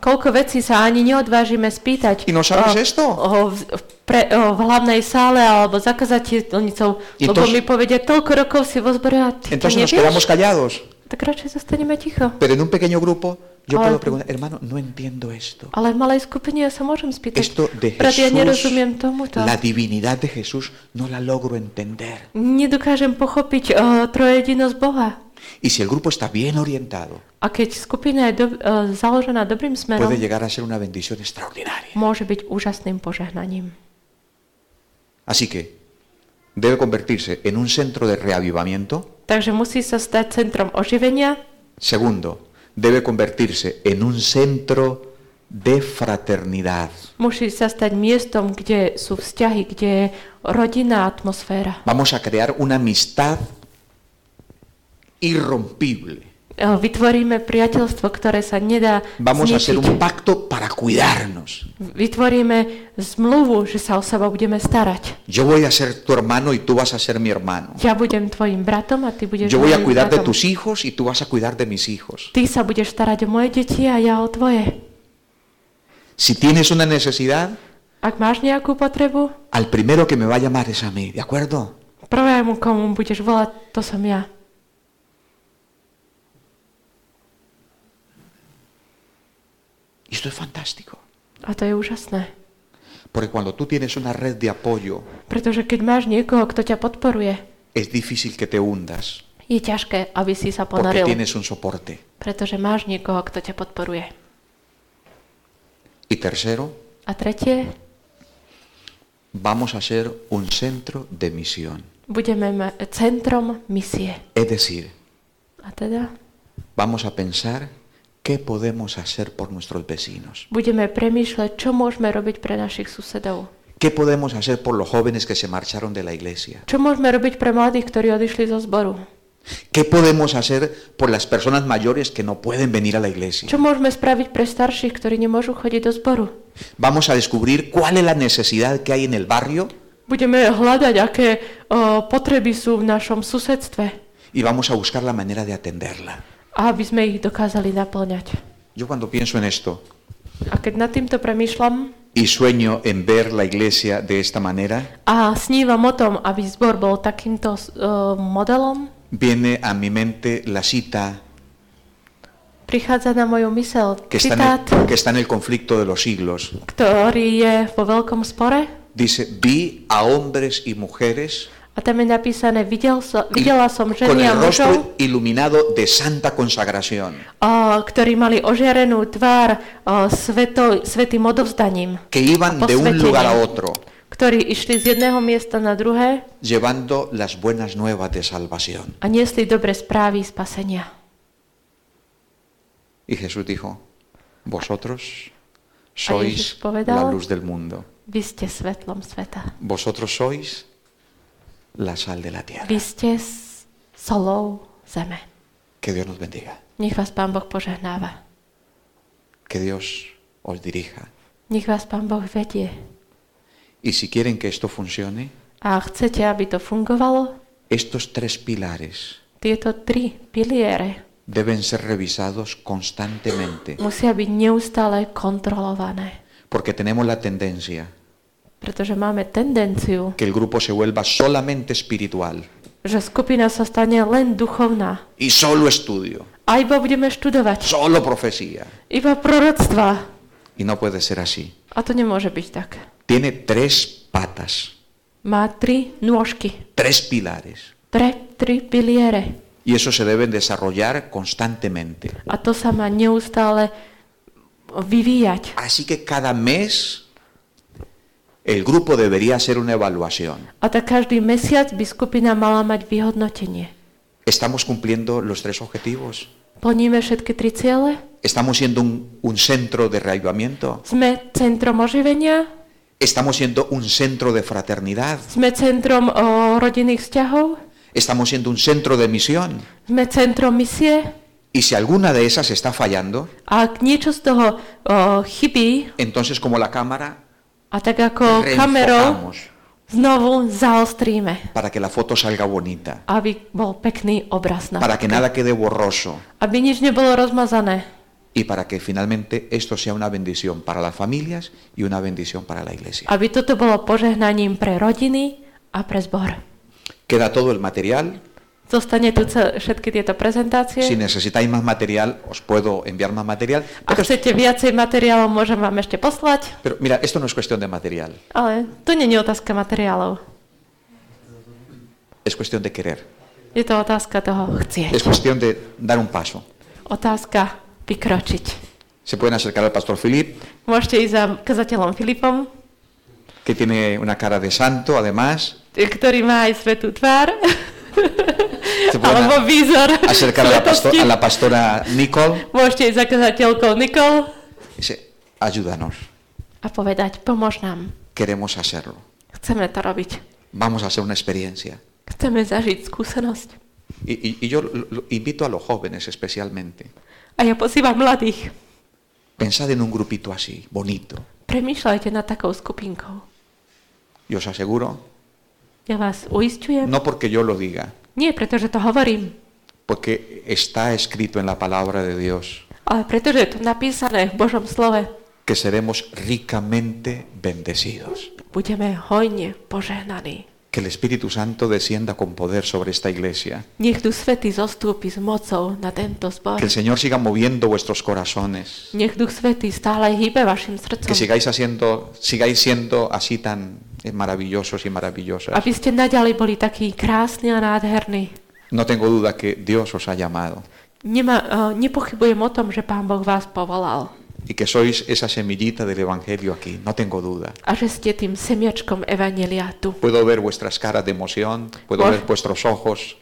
Speaker 2: Koľko vecí sa ani neodvážime spýtať
Speaker 1: y no sabes esto.
Speaker 2: o, v- pre, o, v hlavnej sále alebo za kazateľnicou,
Speaker 1: Je to
Speaker 2: lebo
Speaker 1: ž-
Speaker 2: mi povedia, toľko rokov si vo zbore a ty to
Speaker 1: Entonces nos
Speaker 2: nevieš?
Speaker 1: quedamos callados.
Speaker 2: Tak radšej zostaneme ticho.
Speaker 1: Pero en un pequeño grupo yo
Speaker 2: Ahora-
Speaker 1: puedo preguntar, hermano, no entiendo esto.
Speaker 2: Ale v malej skupine ja sa môžem spýtať.
Speaker 1: Esto de
Speaker 2: Brat, ja
Speaker 1: Jesús,
Speaker 2: nerozumiem tomuto.
Speaker 1: la divinidad de Jesús, no la logro entender.
Speaker 2: Nedokážem pochopiť o, trojedinosť Boha.
Speaker 1: Y si el grupo está bien orientado,
Speaker 2: A keď skupina je do, o, založená dobrým smerom,
Speaker 1: puede llegar a ser una bendición extraordinaria.
Speaker 2: môže byť úžasným požehnaním.
Speaker 1: Así que debe convertirse en un centro de reavivamiento.
Speaker 2: Takže musí sa stať centrom oživenia.
Speaker 1: Segundo, debe convertirse en un centro de fraternidad.
Speaker 2: Musí sa stať miestom, kde sú vzťahy, kde je rodinná atmosféra.
Speaker 1: Vamos a crear una amistad irrompible.
Speaker 2: E, Vytvoríme priateľstvo, ktoré sa nedá
Speaker 1: Vamos a hacer un
Speaker 2: zničiť.
Speaker 1: pacto para cuidarnos.
Speaker 2: Vytvoríme zmluvu, že sa o seba budeme starať.
Speaker 1: Yo voy a ser tu hermano y tú vas a ser mi hermano.
Speaker 2: Ja budem tvojim bratom a ty budeš
Speaker 1: Yo voy a
Speaker 2: mojim
Speaker 1: cuidar de
Speaker 2: bratom.
Speaker 1: tus hijos y tú vas a cuidar de mis hijos.
Speaker 2: Ty sa budeš starať o moje deti a ja o tvoje.
Speaker 1: Si tienes una necesidad,
Speaker 2: Ak máš nejakú potrebu,
Speaker 1: al primero que me va a llamar es a mí, ¿de acuerdo?
Speaker 2: prvému, komu budeš volať, to som ja.
Speaker 1: Y esto es fantástico.
Speaker 2: A to je úžasné.
Speaker 1: Porque cuando tú tienes una red de apoyo,
Speaker 2: Pretože keď máš niekoho, kto ťa podporuje,
Speaker 1: es difícil que te hundas
Speaker 2: je ťažké, aby si sa
Speaker 1: porque
Speaker 2: ponoril.
Speaker 1: tienes un soporte.
Speaker 2: Pretože máš niekoho, kto ťa podporuje.
Speaker 1: Y tercero,
Speaker 2: A tretie,
Speaker 1: vamos a ser un centro de misión.
Speaker 2: budeme ma- centrom misie.
Speaker 1: Es decir,
Speaker 2: A teda
Speaker 1: vamos a pensar qué podemos hacer por nuestros vecinos,
Speaker 2: budeme premýšľať, čo môžeme robiť pre našich susedov.
Speaker 1: qué podemos hacer por los jóvenes que se marcharon de la iglesia,
Speaker 2: Čo môžeme robiť pre mladých, ktorí odišli zo zboru.
Speaker 1: qué podemos hacer por las personas mayores que no pueden venir a la iglesia.
Speaker 2: Čo môžeme spraviť pre starších, ktorí nemôžu chodiť do zboru.
Speaker 1: Vamos a descubrir cuál es la necesidad que hay en el barrio
Speaker 2: Budeme hľadať, aké o, potreby sú v našom susedstve,
Speaker 1: y vamos a buscar la manera de atenderla.
Speaker 2: aby sme ich dokázali naplňať.
Speaker 1: Yo cuando pienso en esto
Speaker 2: A keď nad týmto premýšľam
Speaker 1: y sueño en ver la iglesia de esta manera,
Speaker 2: a snívam o tom, aby zbor bol takýmto o, modelom,
Speaker 1: viene a mi mente la cita
Speaker 2: Prichádza na moju mysel
Speaker 1: que está,
Speaker 2: citát,
Speaker 1: en el, que está en el conflicto de los siglos.
Speaker 2: ktorý je vo veľkom spore
Speaker 1: Dice, vi a hombres y mujeres
Speaker 2: a tam je napísané Videl so, videla som
Speaker 1: con
Speaker 2: ženy a
Speaker 1: el
Speaker 2: mužov,
Speaker 1: rostro iluminado de santa consagración,
Speaker 2: a, ktorí mali ožiarenú tvár a, sveto, svetým odovzdaním,
Speaker 1: que iban de un lugar a otro,
Speaker 2: ktorí išli z jedného miesta na druhé
Speaker 1: llevando las buenas nuevas de salvación.
Speaker 2: a niesli dobre správy spasenia.
Speaker 1: Y Jesús dijo, vosotros
Speaker 2: Jesús
Speaker 1: sois la
Speaker 2: povedal-
Speaker 1: luz del mundo,
Speaker 2: Vy ste svetlom sveta.
Speaker 1: vosotros sois la sal de la tierra.
Speaker 2: Vy ste s- solou zeme.
Speaker 1: Que Dios nos bendiga,
Speaker 2: Nech vás Pán Boh požehnáva.
Speaker 1: que Dios os dirija.
Speaker 2: Nech vás Pán Boh vedie.
Speaker 1: Y si quieren que esto funcione,
Speaker 2: A chcete, aby to fungovalo?
Speaker 1: estos tres pilares
Speaker 2: Tieto tri piliere
Speaker 1: deben ser revisados constantemente,
Speaker 2: musia byť neustále kontrolované.
Speaker 1: porque tenemos la tendencia
Speaker 2: Pretože máme tendenciu,
Speaker 1: que el grupo se vuelva solamente espiritual
Speaker 2: že skupina sa stane len duchovná.
Speaker 1: y solo estudio,
Speaker 2: A iba budeme študovať.
Speaker 1: solo profecía.
Speaker 2: Iba proroctvá.
Speaker 1: Y no puede ser así.
Speaker 2: A to nemôže byť tak.
Speaker 1: Tiene tres patas,
Speaker 2: Má tri nôžky.
Speaker 1: tres pilares.
Speaker 2: Pre tri piliere.
Speaker 1: Y eso se deben desarrollar constantemente.
Speaker 2: A to sa má neustále vyvíjať.
Speaker 1: Así que cada mes el grupo debería hacer una evaluación.
Speaker 2: A tak každý mesiac by skupina mala mať vyhodnotenie.
Speaker 1: ¿Estamos cumpliendo los tres objetivos?
Speaker 2: Plníme všetky tri ciele?
Speaker 1: ¿Estamos siendo un, un centro de reavivamiento?
Speaker 2: Sme centrom oživenia?
Speaker 1: ¿Estamos siendo un centro de fraternidad?
Speaker 2: Sme centrom o, rodinných vzťahov?
Speaker 1: ¿Estamos siendo un centro de misión?
Speaker 2: Sme centrom misie?
Speaker 1: Y si alguna de esas está fallando,
Speaker 2: A ak niečo z toho o, chybí,
Speaker 1: entonces como la cámara,
Speaker 2: a tak ako kamerou
Speaker 1: reenfocamos
Speaker 2: znovu zaostríme,
Speaker 1: para que la foto salga bonita,
Speaker 2: aby bol pekný obraz na
Speaker 1: para que nada quede borroso
Speaker 2: Aby nič nebolo rozmazané.
Speaker 1: y para que finalmente esto sea una bendición para las familias y una bendición para la iglesia.
Speaker 2: Aby toto bolo požehnaním pre rodiny a pre zbor.
Speaker 1: Queda todo el material.
Speaker 2: Zostane tu ce- všetky tieto prezentácie.
Speaker 1: Si necesitáis más material, os puedo enviar más material.
Speaker 2: Ak chcete viacej materiálov, môžem vám ešte poslať.
Speaker 1: Pero mira, esto no es cuestión de material,
Speaker 2: Ale to nie je otázka materiálov.
Speaker 1: es cuestión de querer.
Speaker 2: Je to otázka toho
Speaker 1: Es
Speaker 2: chcieť.
Speaker 1: cuestión de dar un paso.
Speaker 2: Otázka vykročiť.
Speaker 1: Se pueden acercar al pastor Filip,
Speaker 2: Môžete ísť za kazateľom Filipom,
Speaker 1: que tiene una cara de santo, además.
Speaker 2: t- ktorý má aj svetú tvár.
Speaker 1: Se pueden a-
Speaker 2: Alebo výzor
Speaker 1: acercar a la, pasto-
Speaker 2: svetosti.
Speaker 1: a la pastora Nicole.
Speaker 2: Môžete ísť za kazateľkou Nikol
Speaker 1: Dice, ayúdanos,
Speaker 2: a povedať, pomôž nám.
Speaker 1: queremos hacerlo.
Speaker 2: Chceme to robiť.
Speaker 1: Vamos a hacer una experiencia.
Speaker 2: Chceme zažiť skúsenosť.
Speaker 1: Y, y- y yo lo- lo invito a los jóvenes especialmente.
Speaker 2: A ja pozývam mladých.
Speaker 1: Pensad en un grupito así, bonito.
Speaker 2: Premýšľajte nad takou skupinkou.
Speaker 1: Y os aseguro,
Speaker 2: Ja vás uistujem.
Speaker 1: no porque yo lo diga,
Speaker 2: Nie preto, že to hovorím,
Speaker 1: porque está escrito en la palabra de Dios
Speaker 2: ale preto, že je to napísané v Božom slove.
Speaker 1: que seremos ricamente bendecidos.
Speaker 2: Budeme hojne požehnaní.
Speaker 1: Que el Espíritu Santo descienda con poder sobre esta iglesia.
Speaker 2: Nech Duch Svetý zostúpi s mocou na tento zbor.
Speaker 1: Que el Señor siga moviendo vuestros corazones.
Speaker 2: Nech Duch Svetý stále hýbe vašim srdcom.
Speaker 1: Que sigáis haciendo, sigáis siendo así tan eh, maravillosos y maravillosas.
Speaker 2: Aby ste naďalej boli takí krásni a nádherní.
Speaker 1: No tengo duda que Dios os ha llamado
Speaker 2: Nema, eh, nepochybujem o tom, že Pán Boh vás povolal.
Speaker 1: y que sois esa semillita del Evangelio aquí, no tengo duda.
Speaker 2: A že ste tým semiačkom Evanelia tu.
Speaker 1: Puedo ver vuestras caras de emoción, puedo
Speaker 2: Por-
Speaker 1: ver vuestros ojos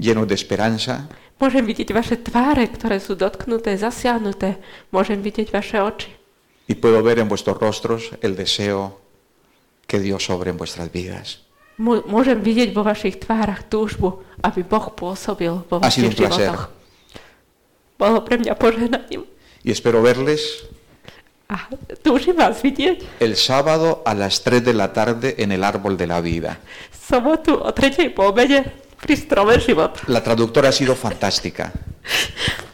Speaker 1: llenos de esperanza,
Speaker 2: Môžem vidieť vaše tváre, ktoré sú dotknuté, zasiahnuté. Môžem vidieť vaše oči.
Speaker 1: y puedo ver en vuestros rostros el deseo que Dios obre en vuestras vidas.
Speaker 2: Mô- Môžem vidieť vo vašich tvárach túžbu, aby Boh pôsobil vo
Speaker 1: Ha sido
Speaker 2: vašich
Speaker 1: un placer
Speaker 2: životoch. Bolo pre mňa požehnaním.
Speaker 1: y espero verles
Speaker 2: A túžim vás vidieť
Speaker 1: el sábado a las 3 de la tarde en el árbol de la vida.
Speaker 2: v sobotu o tretej po obede pri strome život.
Speaker 1: La traductora ha sido fantástica,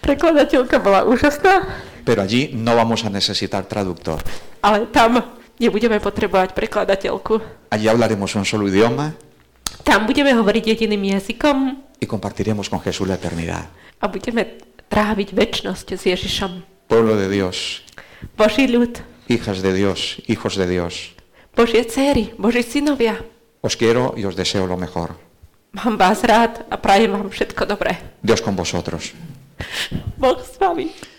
Speaker 2: Prekladateľka bola úžasná,
Speaker 1: pero allí no vamos a necesitar traductor.
Speaker 2: ale tam nebudeme potrebovať prekladateľku.
Speaker 1: Allí hablaremos un solo idioma
Speaker 2: Tam budeme hovoriť jediným jazykom
Speaker 1: y compartiremos con Jesús la eternidad.
Speaker 2: a budeme tráviť väčnosť s Ježišom.
Speaker 1: Pueblo de Dios,
Speaker 2: Boží ľud,
Speaker 1: hijas de Dios, hijos de Dios,
Speaker 2: Božie céry, Boží synovia.
Speaker 1: os quiero y os deseo lo mejor.
Speaker 2: Mám vás rád a prajem vám všetko dobré.
Speaker 1: Dios con vosotros.
Speaker 2: Boh s vami.